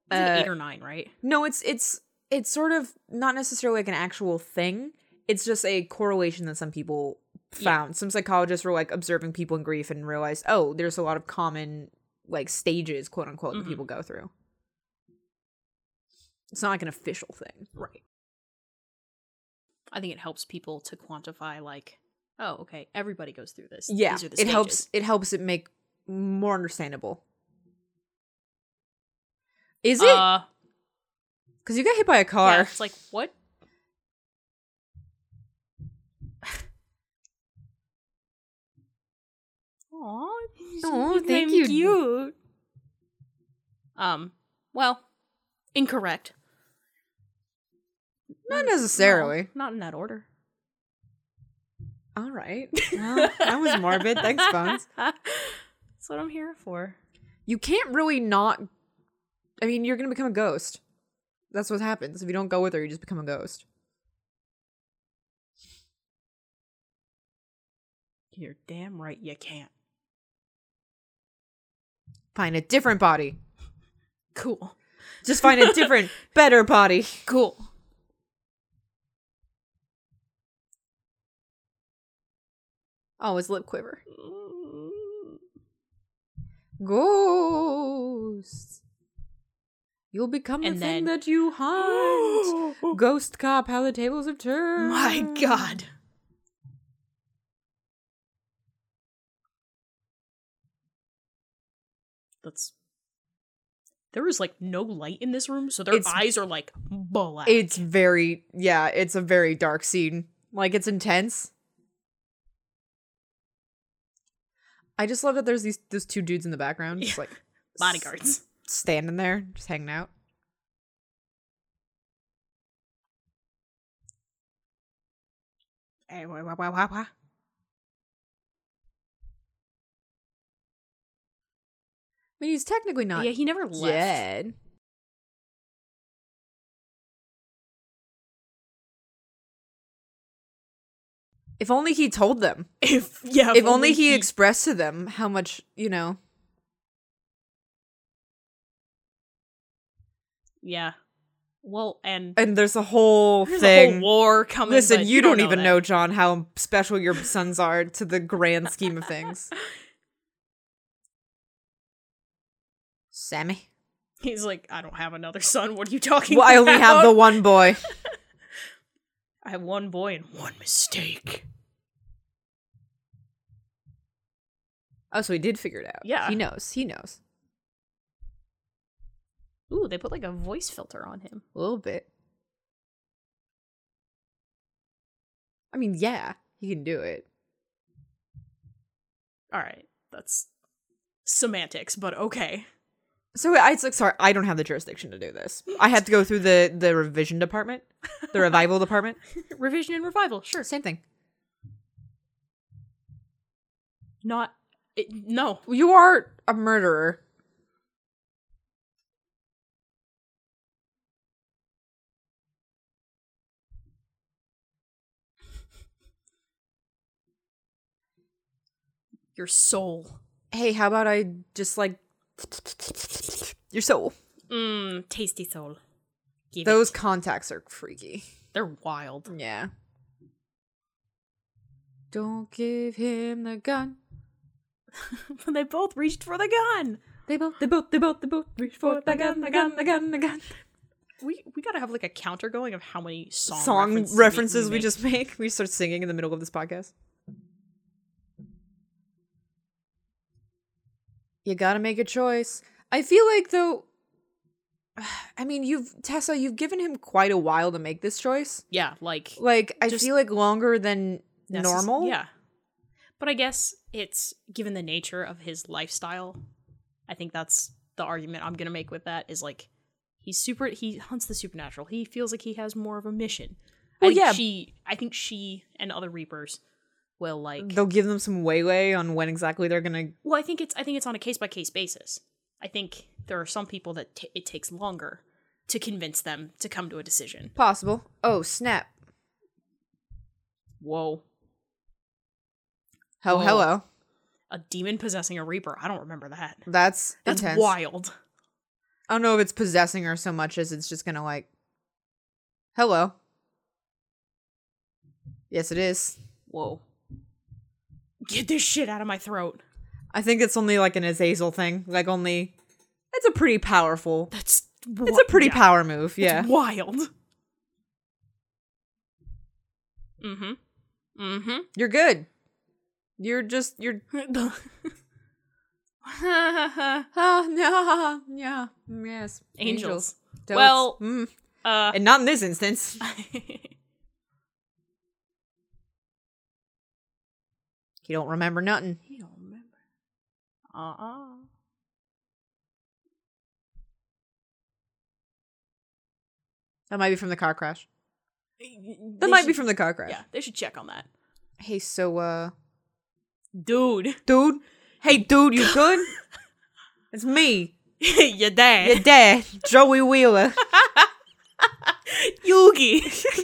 S1: It's
S2: uh,
S1: like eight or nine, right?
S2: No, it's it's it's sort of not necessarily like an actual thing. It's just a correlation that some people
S1: Yeah.
S2: found. Some psychologists were like observing people in grief and realized, oh, there's a lot of common like stages, quote unquote,
S1: Mhm.
S2: that people go through. It's not like an official thing.
S1: Right. I think it helps people to quantify, like, oh, okay, everybody goes through this.
S2: Yeah,
S1: These are the
S2: it helps.
S1: stages.
S2: It helps it make more understandable. Is it?
S1: Uh,
S2: Because you got hit by a car.
S1: Yeah, it's like what? Aw,
S2: Aw,
S1: isn't
S2: thank
S1: that
S2: you.
S1: Cute. Um. Well, incorrect.
S2: not
S1: No,
S2: necessarily.
S1: not in that <laughs> order.
S2: All right. Well, that was morbid. Thanks, Bones.
S1: <laughs> That's what I'm here for.
S2: you can't really not i mean you're gonna become a ghost that's what happens if you don't go with her you just become a ghost
S1: You're damn right. You can't.
S2: find a different body
S1: <gasps> Cool.
S2: just find
S1: <laughs>
S2: a different better body
S1: Cool.
S2: oh his lip quiver ghosts you'll become the
S1: And
S2: thing
S1: then-
S2: that you
S1: <gasps>
S2: hunt ghost cop how the tables have turned
S1: My God. That's. There is like no light in this room, so their
S2: It's-
S1: eyes are like black.
S2: it's very yeah it's a very dark scene like it's intense i just love that there's these those two dudes in the background just
S1: Yeah.
S2: like
S1: bodyguards.
S2: standing there, just hanging out.
S1: Eh, wah, wah, wah, wah, wah.
S2: I mean, he's technically not
S1: yeah, he never left.
S2: dead. If only he told them.
S1: <laughs> If yeah,
S2: if only he expressed to them how much, you know.
S1: yeah. Well, and
S2: And there's a whole
S1: there's a
S2: thing.
S1: whole war coming.
S2: Listen,
S1: but
S2: you, don't, even
S1: that.
S2: know, John, how special your sons are to the grand scheme of things. <laughs> Sammy.
S1: He's like, I don't have another son. What are you talking
S2: Well, I
S1: about?
S2: only have <laughs> the one boy.
S1: I have one boy and one mistake.
S2: Oh, so he did figure it out.
S1: Yeah.
S2: He knows. He knows.
S1: Ooh, they put like a voice filter on him.
S2: A little bit. I mean, yeah, he can do it.
S1: All right, that's semantics, but okay. <laughs>
S2: So I it's like sorry, I don't have the jurisdiction to do this. I had to go through the the revision <laughs> department, the revival department.
S1: Revision and revival, sure.
S2: Same thing.
S1: Not it, no.
S2: You are a murderer.
S1: Your soul.
S2: Hey, how about I just like your soul?
S1: Mmm, tasty soul. Give it.
S2: Those contacts are freaky.
S1: They're wild.
S2: Yeah. Don't give him the gun.
S1: But <laughs> they both reached for the gun.
S2: They both, they both, they both, they both reach for the gun, the gun, the gun, the gun.
S1: We we gotta have like a counter going of how many song,
S2: song
S1: references,
S2: references,
S1: we-
S2: we,
S1: make.
S2: just make. We start singing in the middle of this podcast. You gotta make a choice. I feel like though, <sighs> I mean, you've Tessa, you've given him quite a while to make this choice.
S1: yeah like
S2: Like I
S1: Just-
S2: feel like longer than
S1: necess-
S2: normal.
S1: Yeah, but I guess it's given the nature of his lifestyle. I think that's the argument I'm gonna make with that is like he's super. He hunts the supernatural. He feels like he has more of a mission.
S2: Well,
S1: I think
S2: yeah.
S1: She, I think she and other reapers will like.
S2: They'll give them some wayway on when exactly they're gonna.
S1: Well, I think it's I think it's on a case by case basis. I think there are some people that t- it takes longer to convince them to come to a decision.
S2: Possible. Oh snap!
S1: Whoa,
S2: Oh
S1: Whoa.
S2: hello.
S1: a demon possessing a reaper. I don't remember that.
S2: That's
S1: That's
S2: intense.
S1: wild.
S2: I don't know if it's possessing her so much as it's just gonna like, hello. Yes, it is.
S1: Whoa. Get this shit out of my throat.
S2: I think it's only like an Azazel thing. Like only, it's a pretty powerful.
S1: That's
S2: It's a pretty
S1: powerful.
S2: power move. Yeah.
S1: wild. Mm-hmm. Mm-hmm. <laughs>
S2: You're good. You're just you're. <laughs> Ah, yeah, yeah, yes.
S1: Angels.
S2: Toads.
S1: Well-
S2: Mm.
S1: <laughs> Uh
S2: and not in this instance. He don't remember nothing.
S1: He don't remember. Uh-uh.
S2: That might be from the car crash. That
S1: They
S2: might be
S1: should-
S2: from the car crash.
S1: Yeah, they should check on that.
S2: Hey, so uh,
S1: Dude. <laughs>
S2: dude. Hey, dude, you good? it's me.
S1: Your
S2: Your
S1: <laughs> dad.
S2: dad, Joey Wheeler.
S1: Yugi. <laughs>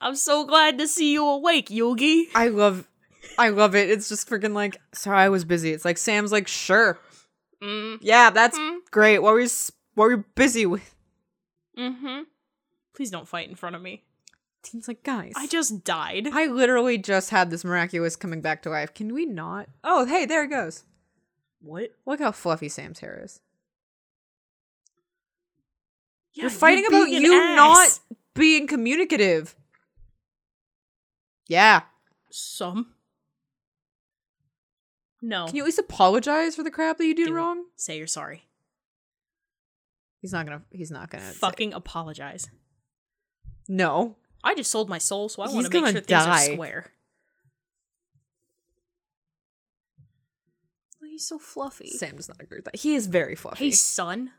S1: I'm so glad to see you awake, Yugi.
S2: I love, I love it. It's just freaking like, sorry, I was busy. It's like Sam's like, sure,
S1: Mm.
S2: yeah, that's
S1: Mm.
S2: great. What were you, s- what were you busy with?
S1: Mm-hmm. Please don't fight in front of me.
S2: Teen's like, guys,
S1: I just died.
S2: I literally just had this miraculous coming back to life. Can we not? Oh, hey, there it goes.
S1: What?
S2: Look how fluffy Sam's hair is.
S1: Yeah,
S2: We're fighting
S1: you're
S2: about
S1: being an
S2: you
S1: ass.
S2: not being communicative. Yeah.
S1: some. No.
S2: Can you at least apologize for the crap that you did
S1: Do it.
S2: wrong?
S1: say you're sorry?
S2: He's not gonna. He's not gonna. say-
S1: Fucking apologize.
S2: No.
S1: I just sold my soul, so I
S2: He's
S1: want to make
S2: gonna
S1: sure things
S2: die.
S1: are square. Well, He's so fluffy.
S2: Sam does not agree with that. He is very fluffy.
S1: Hey, son.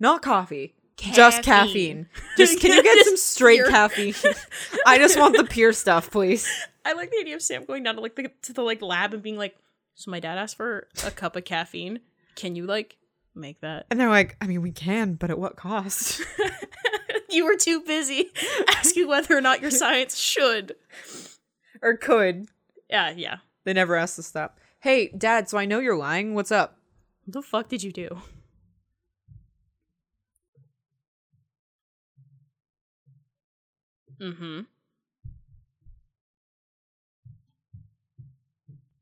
S2: not coffee. Just <laughs> caffeine. Just can you get some straight
S1: pure.
S2: caffeine? I just want the pure stuff, please.
S1: I like the idea of Sam going down to like the to the like lab and being like, "So my dad asked for a cup of caffeine. Can you like make that?"
S2: <laughs> And they're like, I mean, we can, but at what cost? <laughs>
S1: <laughs> you were too busy <laughs> asking whether or not your science should.
S2: or could.
S1: Yeah, yeah.
S2: They never asked to stop. Hey, dad, so I know you're lying. What's up?
S1: What the fuck did you do? Mm-hmm.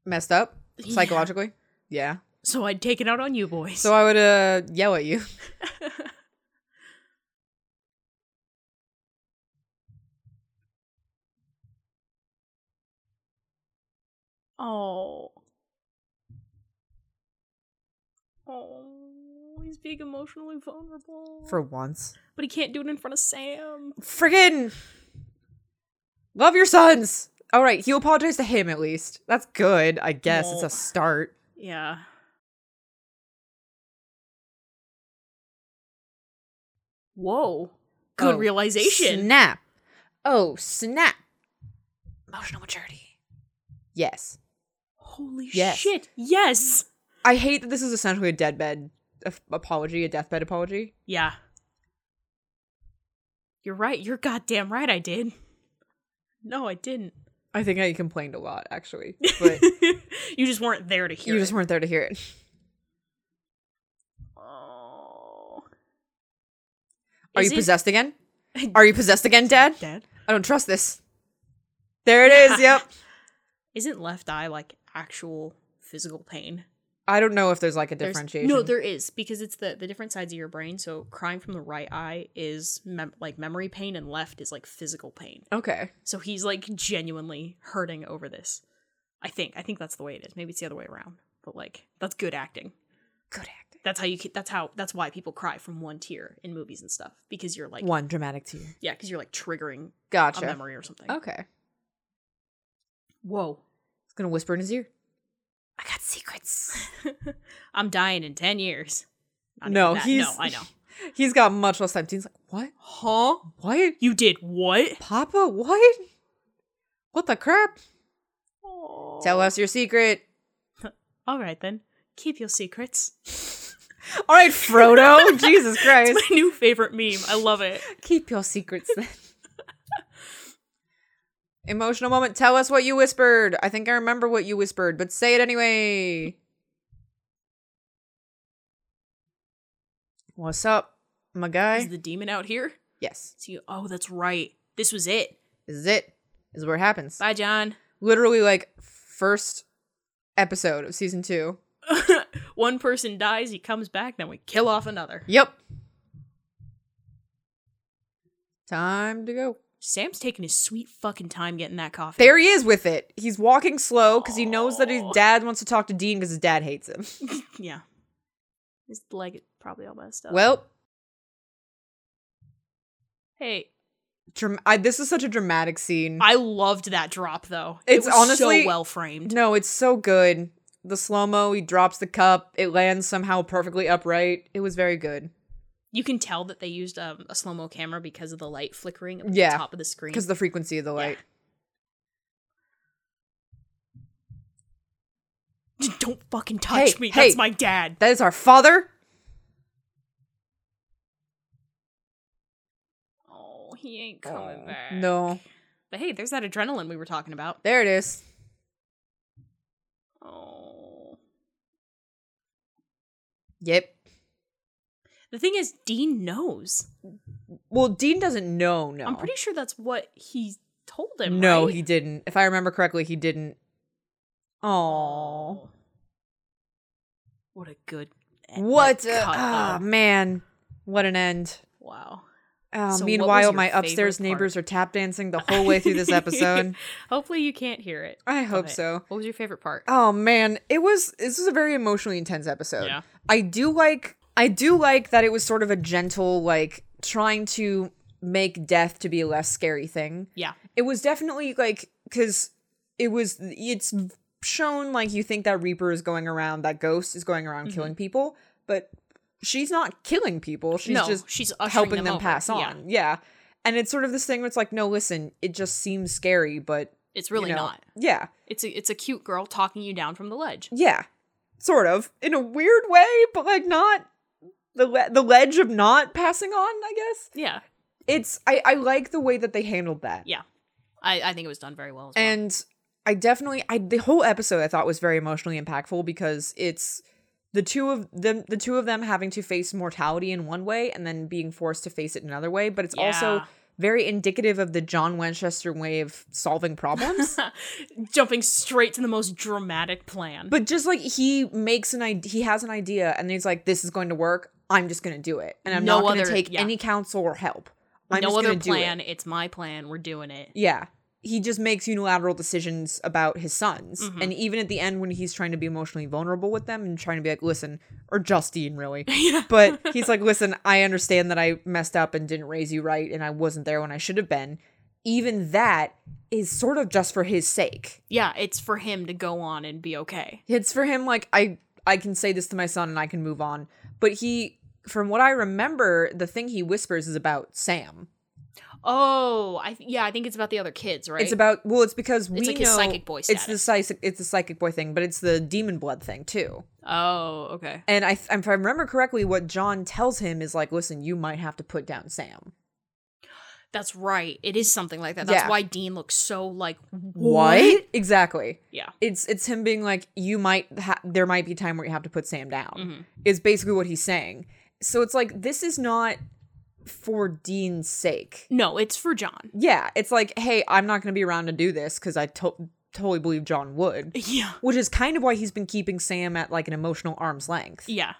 S2: Messed up?
S1: Yeah.
S2: Psychologically? Yeah.
S1: So I'd take it out on you boys.
S2: So I would uh yell at you.
S1: oh. Oh, he's being emotionally vulnerable.
S2: <laughs> For once.
S1: but he can't do it in front of Sam.
S2: Friggin' Love your sons. Alright, you apologize to him at least. That's good, I guess. It's
S1: Well-
S2: a start.
S1: Yeah. Whoa. Good
S2: Oh,
S1: realization.
S2: Snap. Oh, snap.
S1: Emotional maturity.
S2: Yes.
S1: Holy
S2: Yes.
S1: shit. Yes.
S2: I hate that this is essentially a deadbed a- apology, a deathbed apology.
S1: Yeah. You're right. You're goddamn right I did. No, I didn't.
S2: I think I complained a lot,
S1: <laughs>
S2: actually. But
S1: you just weren't there to hear
S2: you
S1: it.
S2: just weren't there to hear it.
S1: Oh.
S2: Are
S1: Is
S2: you
S1: it-
S2: possessed again?
S1: <laughs>
S2: Are you possessed again, Dad?
S1: Dead?
S2: I don't trust this. There it is. Yep.
S1: Isn't left eye like actual physical pain?
S2: I don't know if there's like a
S1: There's-
S2: differentiation.
S1: no, there is because it's the the different sides of your brain. So crying from the right eye is mem- like memory pain, and left is like physical pain.
S2: Okay.
S1: So he's like genuinely hurting over this. I think. I think that's the way it is. Maybe it's the other way around. But like that's good acting.
S2: Good acting.
S1: That's how you. ke- That's how. That's why people cry from one tear in movies and stuff because you're like
S2: One dramatic tear.
S1: yeah because you're like triggering a
S2: Gotcha.
S1: memory or something.
S2: Okay. It's
S1: Whoa.
S2: gonna whisper in his ear.
S1: I got secrets. <laughs> I'm dying in ten years. Not even
S2: No,
S1: that.
S2: he's.
S1: no, I know.
S2: He's got much less time. Dean's like, what?
S1: Huh?
S2: What?
S1: You did what?
S2: Papa? What? What the crap? Tell
S1: Aw.
S2: us your secret.
S1: All right then, keep your secrets. <laughs>
S2: All right, <laughs> Frodo. Jesus Christ.
S1: It's my new favorite meme. I love it.
S2: <laughs> Keep your secrets then. <laughs> Emotional moment. Tell us what you whispered. I think I remember what you whispered, but say it anyway. What's up, my
S1: Is
S2: guy?
S1: the demon out here?
S2: Yes.
S1: So you, oh, that's right. This was it.
S2: This is it. This is where it happens.
S1: Bye, John. <laughs>
S2: Literally, like, first episode of season two.
S1: One person dies, he comes back, then we kill off another.
S2: Yep. Time to go.
S1: Sam's taking his sweet fucking time getting that coffee.
S2: There he is with it. He's walking slow because he knows that his
S1: Aw.
S2: dad wants to talk to Dean because his dad hates him.
S1: <laughs> yeah. His leg is probably all messed up.
S2: Well,
S1: hey,
S2: dram- I, this is such a dramatic scene.
S1: I loved that drop though.
S2: It's
S1: it was
S2: honestly-
S1: so well framed.
S2: no, it's so good. The slow mo, he drops the cup. It lands somehow perfectly upright. It was very good
S1: You can tell that they used um, a slow mo camera because of the light flickering at
S2: Yeah.
S1: the top of the screen.
S2: because the frequency of the light.
S1: Just <laughs> Don't fucking touch
S2: Hey,
S1: me.
S2: hey.
S1: That's my dad.
S2: That is our father.
S1: Oh, he ain't coming
S2: Oh,
S1: back.
S2: No,
S1: But hey, there's that adrenaline we were talking about.
S2: there it is.
S1: Oh.
S2: Yep.
S1: The thing is, Dean knows.
S2: Well, Dean doesn't know. No,
S1: I'm pretty sure that's what he told him.
S2: No,
S1: right?
S2: he didn't. If I remember correctly, he didn't. Oh,
S1: Oh. What a good. e-
S2: what?
S1: like,
S2: A-
S1: cut,
S2: ah,
S1: though.
S2: man, what an end.
S1: wow.
S2: Uh,
S1: So what was
S2: meanwhile,
S1: your
S2: my
S1: favorite
S2: upstairs
S1: part?
S2: neighbors are tap
S1: <laughs>
S2: dancing the whole way through this episode.
S1: Hopefully you can't hear it.
S2: I hope
S1: But
S2: so.
S1: What was your favorite part?
S2: Oh man, it was this was a very emotionally intense episode.
S1: Yeah.
S2: I do like I do like that it was sort of a gentle like trying to make death to be a less scary thing.
S1: Yeah.
S2: It was definitely like cuz it was it's
S1: Mm-hmm.
S2: shown like you think that reaper is going around that ghost is going around killing people, but she's not killing people. She's
S1: no,
S2: just
S1: she's ushering
S2: helping them,
S1: over.
S2: pass
S1: Yeah.
S2: on. Yeah. And it's sort of this thing where it's like, no, listen, it just seems scary, but
S1: It's
S2: you
S1: really
S2: know,
S1: not.
S2: Yeah.
S1: It's a it's a cute girl talking you down from the ledge.
S2: Yeah. Sort of. In a weird way, but like not the le- the ledge of not passing on, I guess.
S1: Yeah,
S2: It's I I like the way that they handled that.
S1: Yeah, I, I think it was done very well. As well.
S2: And I definitely I the whole episode I thought was very emotionally impactful because it's the two of them the two of them having to face mortality in one way and then being forced to face it in another way, but it's also
S1: Yeah.
S2: very indicative of the John Winchester way of solving
S1: <laughs>
S2: problems.
S1: jumping straight to the most dramatic plan.
S2: but just like he makes an idea he has an idea and he's like this is going to work, I'm just going to do it and I'm
S1: No
S2: not going to
S1: other-
S2: take
S1: yeah.
S2: any counsel or help. I'm
S1: no
S2: just
S1: other
S2: gonna do it.
S1: plan. It's my plan. We're doing it.
S2: Yeah. He just makes unilateral decisions about his sons.
S1: Mhm.
S2: And even at the end, when he's trying to be emotionally vulnerable with them and trying to be like, listen, or Justine, really.
S1: yeah.
S2: But he's like, listen, I understand that I messed up and didn't raise you right and I wasn't there when I should have been. Even that is sort of just for his sake.
S1: yeah, it's for him to go on and be okay.
S2: It's for him, like, I, I can say this to my son and I can move on. But he, from what I remember, the thing he whispers is about Sam.
S1: Oh, I th- yeah, I think it's about the other kids, right?
S2: It's about well, it's because we
S1: It's like
S2: know
S1: his psychic boy
S2: It's the psychic, it's the psychic boy thing, but it's the demon blood thing too.
S1: oh, okay.
S2: And I, if I remember correctly, what John tells him is like, "Listen, you might have to put down Sam."
S1: That's right. It is something like that. That's
S2: Yeah.
S1: why Dean looks so like what?
S2: Exactly.
S1: Yeah.
S2: It's it's him being like, "You might ha- there might be time where you have to put Sam down."
S1: Mhm.
S2: Is basically what he's saying. So it's like this is not for Dean's sake.
S1: No, it's for John. <laughs>
S2: Yeah, it's like, "Hey, I'm not going to be around to do this because I to- totally believe John would."
S1: Yeah.
S2: Which is kind of why he's been keeping Sam at like an emotional arm's length.
S1: Yeah.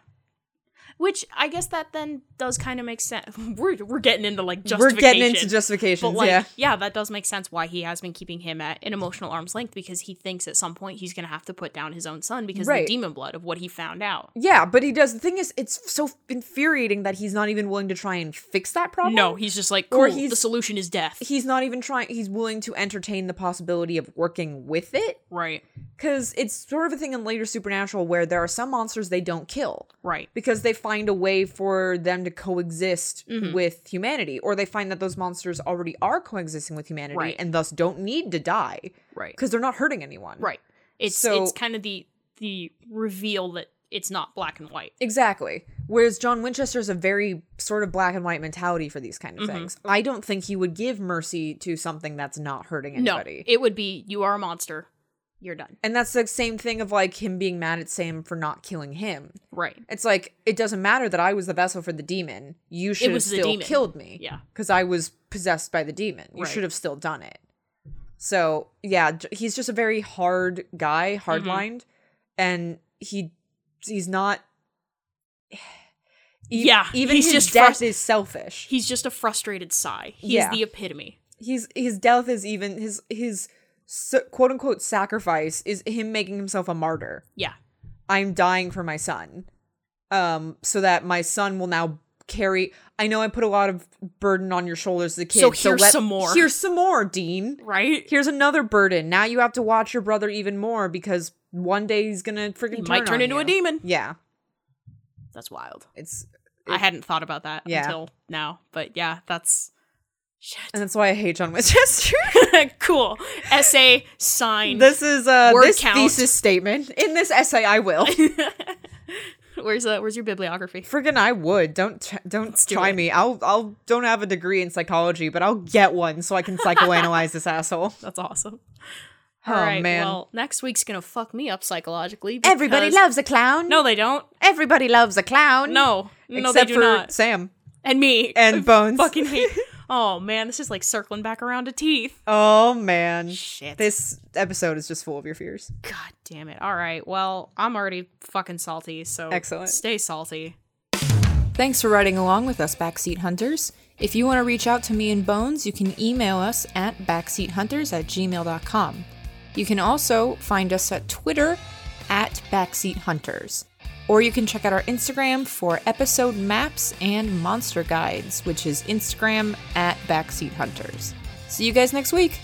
S1: Which I guess that then does kind of make sense. <laughs> We're we're getting into like
S2: we're
S1: justification.
S2: getting into
S1: But
S2: justifications.
S1: like,
S2: yeah,
S1: yeah. that does make sense why he has been keeping him at an emotional arm's length because he thinks at some point he's going to have to put down his own son because of
S2: Right.
S1: the demon blood of what he found out.
S2: yeah. But he does. The thing is, it's so infuriating that he's not even willing to try and fix that problem.
S1: No, he's just like, cool,
S2: Or
S1: the
S2: he's-
S1: solution is death.
S2: he's not even trying. He's willing to entertain the possibility of working with it
S1: right,
S2: because it's sort of a thing in later Supernatural where there are some monsters they don't kill
S1: right.
S2: because they find a way for them to coexist
S1: Mm-hmm.
S2: with humanity, or they find that those monsters already are coexisting with humanity
S1: Right.
S2: and thus don't need to die
S1: Right.
S2: because they're not hurting anyone.
S1: Right. It's
S2: So-
S1: it's kind of the the reveal that it's not black and white.
S2: Exactly. Whereas John Winchester is a very sort of black and white mentality for these kind of
S1: Mm-hmm.
S2: things. I don't think he would give mercy to something that's not hurting anybody.
S1: No, it would be you are a monster. You're done.
S2: and that's the same thing of like him being mad at Sam for not killing him.
S1: Right.
S2: It's like it doesn't matter that I was the vessel for the demon. You should have
S1: was the
S2: still
S1: demon.
S2: killed me.
S1: Yeah.
S2: Cuz I was possessed by the demon. You
S1: Right.
S2: should have still done it. So, yeah, j- he's just a very hard guy,
S1: Mm-hmm.
S2: hardlined, and he he's not <sighs> E-
S1: Yeah,
S2: even
S1: he's
S2: his
S1: just
S2: death
S1: frus-
S2: is selfish.
S1: He's just a frustrated sigh. He's
S2: Yeah.
S1: the epitome.
S2: He's his death is even his his s- quote unquote sacrifice is him making himself a martyr.
S1: Yeah.
S2: I'm dying for my son, um, so that my son will now carry. I know I put a lot of burden on your shoulders, as a kid.
S1: So here's some more."
S2: Here's some more, Dean.
S1: Right.
S2: Here's another burden. Now you have to watch your brother even more because one day he's gonna freaking
S1: He might turn
S2: on
S1: into
S2: you.
S1: a demon.
S2: Yeah,
S1: That's wild.
S2: it's
S1: I hadn't thought about that
S2: Yeah.
S1: until now, but yeah, that's <laughs>
S2: and that's why I hate John <laughs> Winchester.
S1: cool. Essay sign.
S2: This is uh
S1: Word
S2: this
S1: count.
S2: thesis statement. In this essay
S1: <laughs>
S2: I will.
S1: <laughs> where's that? Where's your bibliography?
S2: Friggin' I would. Don't t- don't
S1: do
S2: try
S1: it.
S2: me. I'll I'll don't have a degree in psychology, but I'll get one so I can psychoanalyze this asshole.
S1: That's awesome.
S2: Oh, man.
S1: Well, next week's gonna fuck me up psychologically.
S2: Everybody
S1: because-
S2: loves a clown.
S1: No, they don't.
S2: Everybody loves a clown.
S1: No, no,
S2: Except
S1: they do
S2: for
S1: not.
S2: Sam
S1: And me.
S2: <laughs> and
S1: <laughs>
S2: Bones.
S1: fucking
S2: <laughs>
S1: hate. Oh man, this is like circling back around to teeth.
S2: oh man.
S1: Shit.
S2: This episode is just full of your fears.
S1: God damn it. All right. Well, I'm already fucking salty, so
S2: Excellent.
S1: Stay salty.
S3: Thanks for riding along with us, Backseat Hunters. If you want to reach out to me and Bones, you can email us at backseathunters at gmail.com. You can also find us at Twitter at Backseat Hunters. Or you can check out our Instagram for episode maps and monster guides, which is Instagram at Backseat Hunters. See you guys next week.